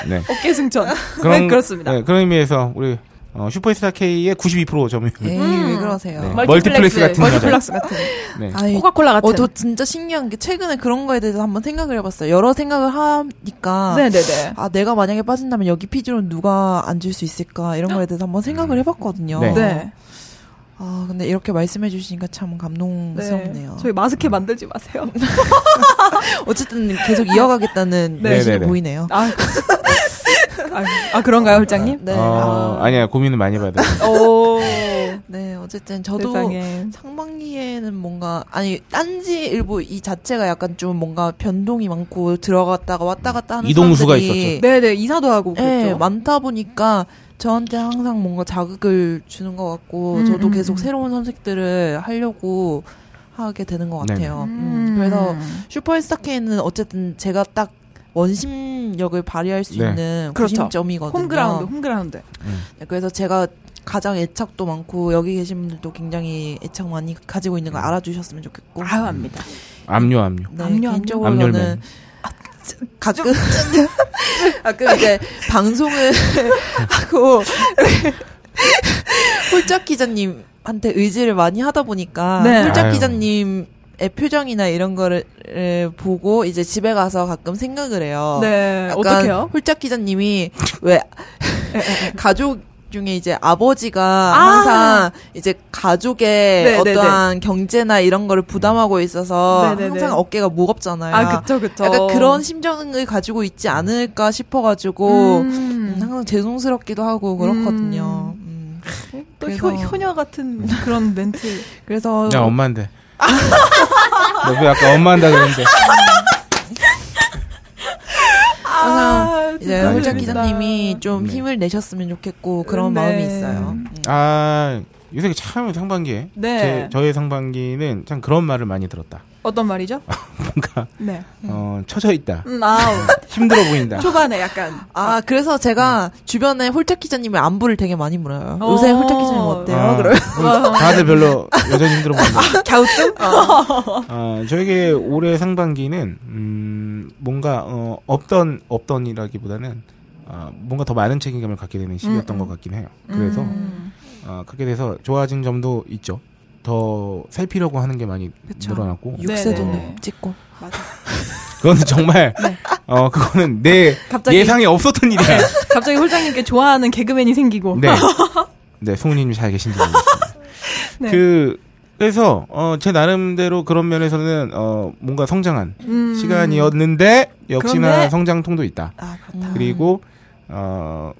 D: 네.
E: 어깨 승천. 네, 그렇습니다.
D: 네, 그런 의미에서 우리 어, 슈퍼스타 K의 92% 점유.
E: 네,
F: 에이 왜 그러세요?
D: 네. 멀티플렉스 같은 여자.
E: 멀티플렉스 같은.
D: 네.
F: 아이,
E: 코카콜라 같은.
F: 어, 저 진짜 신기한 게 최근에 그런 거에 대해서 한번 생각을 해봤어요. 여러 생각을 하니까.
E: 네네네.
F: 아, 내가 만약에 빠진다면 여기 피지로 누가 앉을 수 있을까? 이런 거에 대해서 한번 생각을 해봤거든요.
D: 네.
E: 네.
F: 아, 근데 이렇게 말씀해주시니까 참 감동스럽네요.
E: 저희
D: 음.
E: 마스크 만들지 마세요.
F: 어쨌든 계속 이어가겠다는
D: 네.
F: 내신이
D: 네네네.
F: 보이네요.
E: 아, 아, 아 그런가요, 홀장님?
F: 네.
D: 어,
F: 아,
D: 아니야 고민을 많이 받아.
E: 어, 오. 어,
F: 네, 어쨌든 저도
E: 세상에.
F: 상반기에는 뭔가 아니 딴지 일보 이 자체가 약간 좀 뭔가 변동이 많고 들어갔다가 왔다 갔다 하는
D: 이동수가
F: 사람들이
D: 있었죠.
E: 네네, 이사도 하고
F: 네,
E: 뭐 그랬죠.
F: 많다 보니까 저한테 항상 뭔가 자극을 주는 것 같고
E: 음,
F: 저도
E: 음,
F: 계속
E: 음.
F: 새로운 선택들을 하려고 하게 되는 것
D: 네네.
F: 같아요.
E: 음.
F: 음, 그래서 슈퍼스타 K는 어쨌든 제가 딱 원심력을 발휘할 수
D: 네.
F: 있는
E: 그렇죠.
F: 구심점이거든요.
E: 홈그라운드, 홈그라운드.
F: 네, 그래서 제가 가장 애착도 많고 여기 계신 분들도 굉장히 애착 많이
E: 음.
F: 가지고 있는 걸 알아주셨으면 좋겠고.
E: 아유, 압니다.
D: 압류 압류.
F: 네,
E: 압류,
F: 개인적으로
D: 압류맨.
F: 저는 아, 가끔 가끔 이제 방송을 하고 홀짝 기자님한테 의지를 많이 하다 보니까
E: 네.
F: 홀짝
D: 아유.
F: 기자님의 표정이나 이런 거를 에, 보고 이제 집에 가서 가끔 생각을 해요.
E: 네,
F: 약간
E: 어떡해요?
F: 홀짝 기자님이 왜 가족 중에 이제 아버지가
E: 아.
F: 항상 이제 가족의
E: 네, 네,
F: 어떠한 경제나 이런 거를 부담하고 있어서
E: 네, 네, 네.
F: 항상 어깨가 무겁잖아요.
E: 아, 그쵸, 그쵸.
F: 약간 그런 심정을 가지고 있지 않을까 싶어가지고
E: 음.
F: 음, 항상 죄송스럽기도 하고 그렇거든요. 음.
E: 또
F: 그래서-
E: 효, 효녀 같은 그런 멘트.
F: 그래서
E: 어.
D: 야 엄마인데. 너왜 아까 엄마한다 그랬는데.
F: 항상 이제
E: 아, 진짜
F: 홀짝
D: 재밌다.
F: 기자님이 좀
D: 네.
F: 힘을 내셨으면 좋겠고 그런
E: 네.
F: 마음이 있어요. 음.
D: 아 요새 참 상반기에
E: 네.
D: 제, 저의 상반기는 참 그런 말을 많이 들었다.
E: 어떤 말이죠?
D: 뭔가
E: 네.
D: 어, 처져 있다.
E: 음, 아우.
D: 힘들어 보인다.
E: 초반에 약간.
F: 아 그래서 제가 주변에 홀짝 기자님의 안부를 되게 많이 물어요.
E: 어.
F: 요새 홀짝 기자님 어때요?
D: 아,
F: 그럼
D: 음, 다들 별로 여전히 힘들어 보인다.
E: 갸우뚱? 어.
D: 아, 저에게 올해 상반기는 음, 뭔가 어, 없던 없던이라기보다는 아, 뭔가 더 많은 책임감을 갖게 되는 시기였던 것 같긴 해요. 그래서
E: 음.
D: 아, 그렇게 돼서 좋아진 점도 있죠. 더 살피려고 하는 게 많이
F: 그쵸.
D: 늘어났고
F: 육세도
D: 네네.
F: 찍고
E: 맞아.
D: 그거는 정말 어 그거는 내
E: 네. 갑자기-
D: 예상이 없었던 일이야.
E: 갑자기 홀장님께 좋아하는 개그맨이 생기고.
D: 네, 네 송은이님 잘 계신지 모르겠습니다.
E: 네.
D: 그 그래서 어, 제 나름대로 그런 면에서는 어, 뭔가 성장한
E: 음.
D: 시간이었는데 역시나
E: 그런데-
D: 성장통도 있다.
E: 아, 그렇다.
D: 음. 그리고 어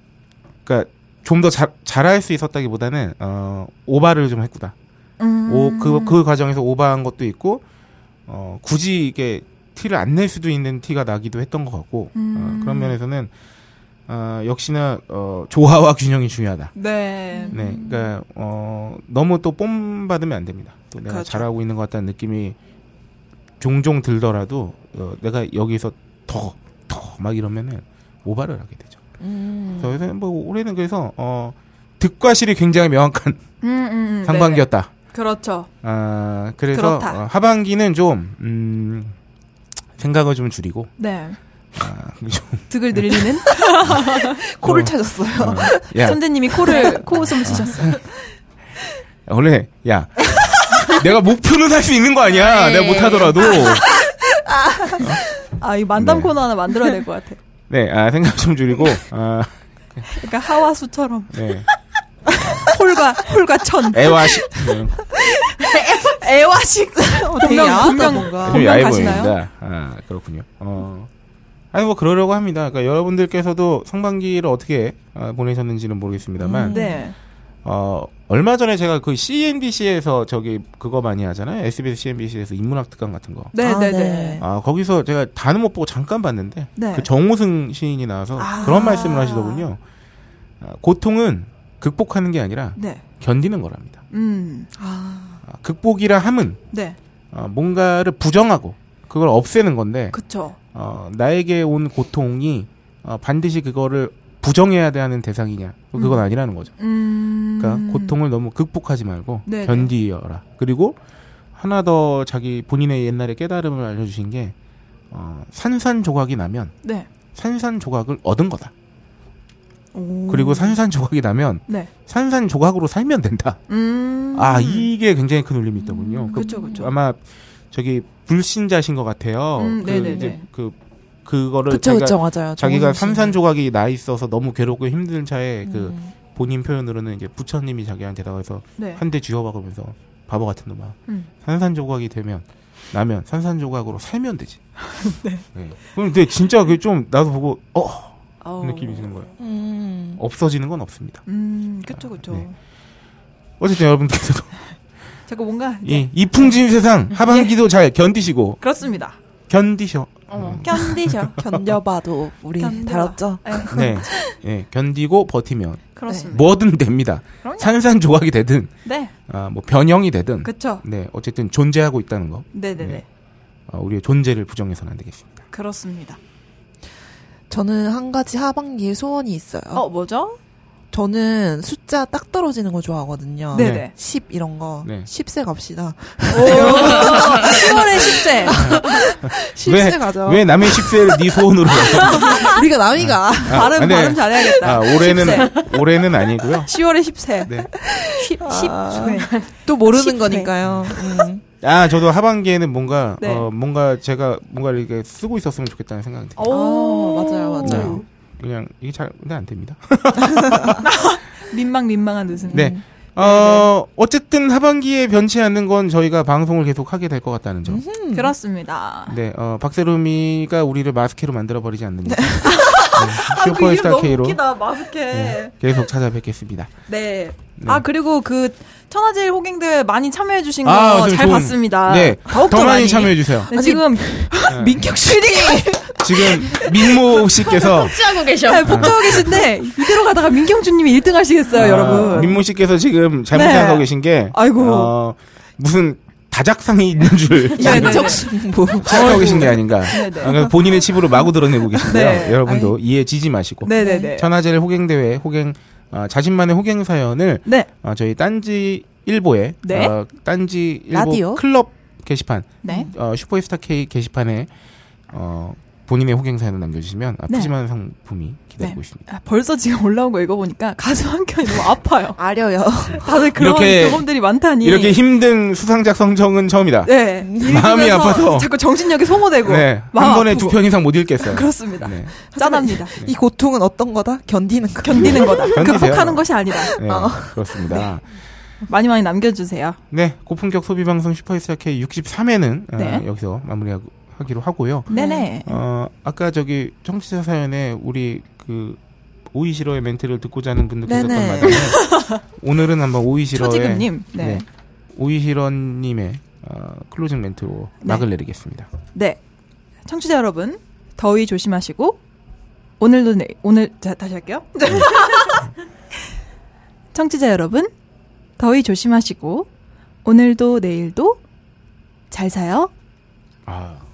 D: 그러니까 좀 더 잘할 수 있었다기보다는 어 오바를 좀 했구나.
E: 음.
D: 오그그 과정에서 오바한 것도 있고 어 굳이 이게 티를 안 낼 수도 있는 티가 나기도 했던 것 같고
E: 음.
D: 어, 그런 면에서는 어 역시나 어 조화와 균형이 중요하다.
E: 네.
D: 네, 그러니까 어 너무 또 뽐 받으면 안 됩니다. 또 내가
E: 그렇죠.
D: 잘하고 있는 것 같다는 느낌이 종종 들더라도 어, 내가 여기서 더 더 막 이러면은 오바를 하게 되죠.
F: 음.
D: 그래서 요새 뭐 올해는 그래서 어 득과 실이 굉장히 명확한
E: 음, 음, 음.
D: 상반기였다.
E: 네. 그렇죠.
D: 아 그래서
E: 그렇다.
D: 어, 하반기는 좀 음, 생각을 좀 줄이고
E: 네.
D: 아, 좀,
E: 득을 늘리는
F: 코를
D: 어,
F: 찾았어요.
D: 어, 야
E: 선생님이 코를 코 웃음을 치셨어요.
D: 원래 야 내가 목표는 할 수 있는 거
E: 예.
D: 아니야. 내가 못하더라도
E: 아, 이 만담
D: 네.
E: 코너 하나 만들어야 될 것 같아.
D: 네 아, 생각 좀 줄이고 아,
E: 그러니까 하와수처럼
D: 네.
E: 홀과 홀과 천.
D: 음, 애와 시, 네.
F: 애화식 어, 되게
E: 분명-
F: 야하다
E: 분명-
F: 뭔가.
D: 좀
E: 분명
D: 야해
E: 가시나요?
D: 보입니다. 아 그렇군요. 어. 아니 뭐 그러려고 합니다. 그러니까 여러분들께서도 상반기를 어떻게 아, 보내셨는지는 모르겠습니다만
F: 음.
E: 네.
D: 어, 얼마 전에 제가 그 CNBC에서 저기 그거 많이 하잖아요. SBS CNBC에서 인문학 특강 같은 거.
E: 네,
F: 아,
E: 네, 네.
F: 네.
D: 아 거기서 제가 다는 못 보고 잠깐 봤는데
E: 네.
D: 그 정호승 시인이 나와서
E: 아.
D: 그런 말씀을 하시더군요. 아, 고통은 극복하는 게 아니라
E: 네.
D: 견디는 거랍니다.
E: 음.
F: 아,
D: 아, 극복이라 함은
E: 네.
D: 아, 뭔가를 부정하고 그걸 없애는 건데
E: 그쵸.
D: 어, 나에게 온 고통이 어, 반드시 그거를 부정해야 되는 대상이냐 뭐 그건
E: 음.
D: 아니라는 거죠.
E: 음.
D: 그러니까 고통을 너무 극복하지 말고
E: 네네.
D: 견디어라. 그리고 하나 더 자기 본인의 옛날에 깨달음을 알려주신 게 어, 산산조각이 나면
E: 네.
D: 산산조각을 얻은 거다.
E: 오.
D: 그리고 산산조각이 나면
E: 음. 네.
D: 산산조각으로 살면 된다.
E: 음.
D: 아 이게 굉장히 큰 울림이 있더군요. 그
E: 그쵸, 그쵸.
D: 아마 저기 불신자신 것 같아요.
E: 음,
D: 그
E: 네네네. 음,
D: 이제 그 그거를
F: 그쵸,
D: 자기가,
F: 그쵸, 맞아요.
D: 자기가
F: 정신.
D: 산산조각이 나 있어서 너무 괴롭고 힘든 차에 그
F: 음.
D: 본인 표현으로는 이제 부처님이 자기한테다가 해서
E: 네.
D: 한 대 쥐어박으면서 바보 같은 놈아
E: 음.
D: 산산조각이 되면 나면 산산조각으로 살면 되지. 네. 그럼 근데 진짜 그게 좀 나도 보고 어
E: 어.
D: 느낌이 드는 거예요.
F: 음.
D: 없어지는 건 없습니다.
E: 음. 그쵸, 그쵸.
D: 네. 어쨌든 여러분께서도
E: 자꾸 뭔가. 네.
D: 이 이풍진 세상 하반기도 잘 견디시고
E: 그렇습니다.
D: 견디셔. 음.
E: 견디셔.
F: 견뎌봐도 우리
E: 견뎌봐.
F: 다뤘죠.
E: 네.
D: 네, 예, 견디고 버티면
E: 그렇습니다.
D: 뭐든 됩니다.
E: 음. 그럼요.
D: 산산조각이 되든,
E: 네.
D: 아, 뭐 변형이 되든,
E: 그쵸.
D: 네, 어쨌든 존재하고 있다는 거,
E: 네네네.
D: 네. 아, 우리의 존재를 부정해서는 안 되겠습니다.
E: 그렇습니다.
F: 저는 한 가지 하반기에 소원이 있어요.
E: 어, 뭐죠?
F: 저는 숫자 딱 떨어지는 거 좋아하거든요.
E: 네네.
D: 네.
F: 10 이런 거.
D: 네.
F: 10세 갑시다.
D: 아,
E: 10월에 10세.
F: 10세 가자.
D: 왜 남의 식세를 네 소원으로? 가요?
F: 우리가 남이가.
E: 발음,
D: 네.
E: 발음 잘해야겠다.
D: 아, 올해는 올해는 아니고요.
E: 10월에 10세.
D: 네.
E: 10, 10세.
F: 또 모르는
E: 10세.
F: 거니까요. 음.
D: 아, 저도 하반기에는 뭔가
E: 네.
D: 어, 뭔가 제가 뭔가 이렇게 쓰고 있었으면 좋겠다는 생각이 들어요. 네.
F: 아, 맞아요,
E: 어.
F: 맞아요.
D: 그냥 이게 잘 근데 안 됩니다.
E: 민망 민망한 웃음. 네.
D: 네. 어, 어쨌든 하반기에 변치 않는 건 저희가 방송을 계속 하게 될 것 같다는 점.
F: 음.
E: 그렇습니다.
D: 네, 어, 박세롬이가 우리를 마스케로 만들어 버리지 않는 이상
E: 네. 아, 그
D: 네,
E: 이름
D: 슈퍼스타
E: 너무
D: K로
E: 웃기다. 마스케.
D: 네,
E: 네.
D: 계속 찾아뵙겠습니다.
E: 아 그리고 그 천하제일 호갱들 많이 참여해 주신 거
D: 아,
E: 잘
D: 좋은-
E: 봤습니다.
D: 네, 더
E: 더욱더
D: 많이, 참여해 주세요.
E: 네, 지금
F: 민격 PD!
D: 지금 민모 씨께서
A: 취하고 계셔.
E: 네, 복잡하고 계신데 이대로 가다가 민경준님이 1등 하시겠어요,
D: 아,
E: 여러분.
D: 민모 씨께서 지금 잘못
E: 네.
D: 생각하고 계신 게
E: 아이고.
D: 어, 무슨 다작상이 있는 줄
E: 네, 네.
F: 민정신부.
D: 생각하고 계신 게 아닌가.
E: 네네.
D: 그러니까 본인의 칩으로 마구 드러내고 계신데요.
E: 네.
D: 여러분도 이해지지 마시고
E: 네네네.
D: 천하제일 호갱 대회 호갱 어, 자신만의 호갱 사연을
E: 네.
D: 어, 저희 딴지 일보에
E: 네.
D: 어, 딴지 일보
F: 라디오?
D: 클럽 게시판
E: 네.
D: 어, 슈퍼스타 K 게시판에 어, 본인의 호갱 사연을 남겨주시면 아프지만 상품이 기다리고
E: 네.
D: 있습니다.
E: 아, 벌써 지금 올라온 거 읽어보니까 가슴 한 켠이 너무 아파요.
F: 아려요.
E: 다들 그런
D: 이렇게-
E: 경험들이 많다니.
D: 이렇게 힘든 수상작 성정은 처음이다.
E: 네.
D: 마음이
E: 읽으면서
D: 아파서.
E: 자꾸 정신력이 소모되고.
D: 네,
E: 마음
D: 한 번에
E: 아프고.
D: 두 편 이상 못 읽겠어요.
E: 그렇습니다.
D: 네.
E: 짠합니다.
F: 이 고통은 어떤 거다? 견디는 거.
E: 견디는 거다.
D: 견디세요.
E: 극복하는 것이 아니라.
D: 네, 그렇습니다.
E: 많이 많이 남겨주세요.
D: 네, 고품격 소비 방송 슈퍼스타 K 63회는 어,
E: 네.
D: 여기서 마무리하기로 하고요.
E: 네네.
D: 어, 아까 저기 청취자 사연에 우리 그 오이시러의 멘트를 듣고자 하는 분들 계셨던
F: 네네.
D: 마당에 오늘은 한번 오이시러의
E: 초지금님. 네.
D: 네.
E: 네.
D: 오이시러님의 어, 클로징 멘트로
E: 네.
D: 막을 내리겠습니다.
E: 청취자 여러분, 더위 조심하시고, 오늘도, 내, 오늘, 자, 다시 할게요. 청취자 여러분, 더위 조심하시고, 오늘도 내일도 잘 사요.
D: 아,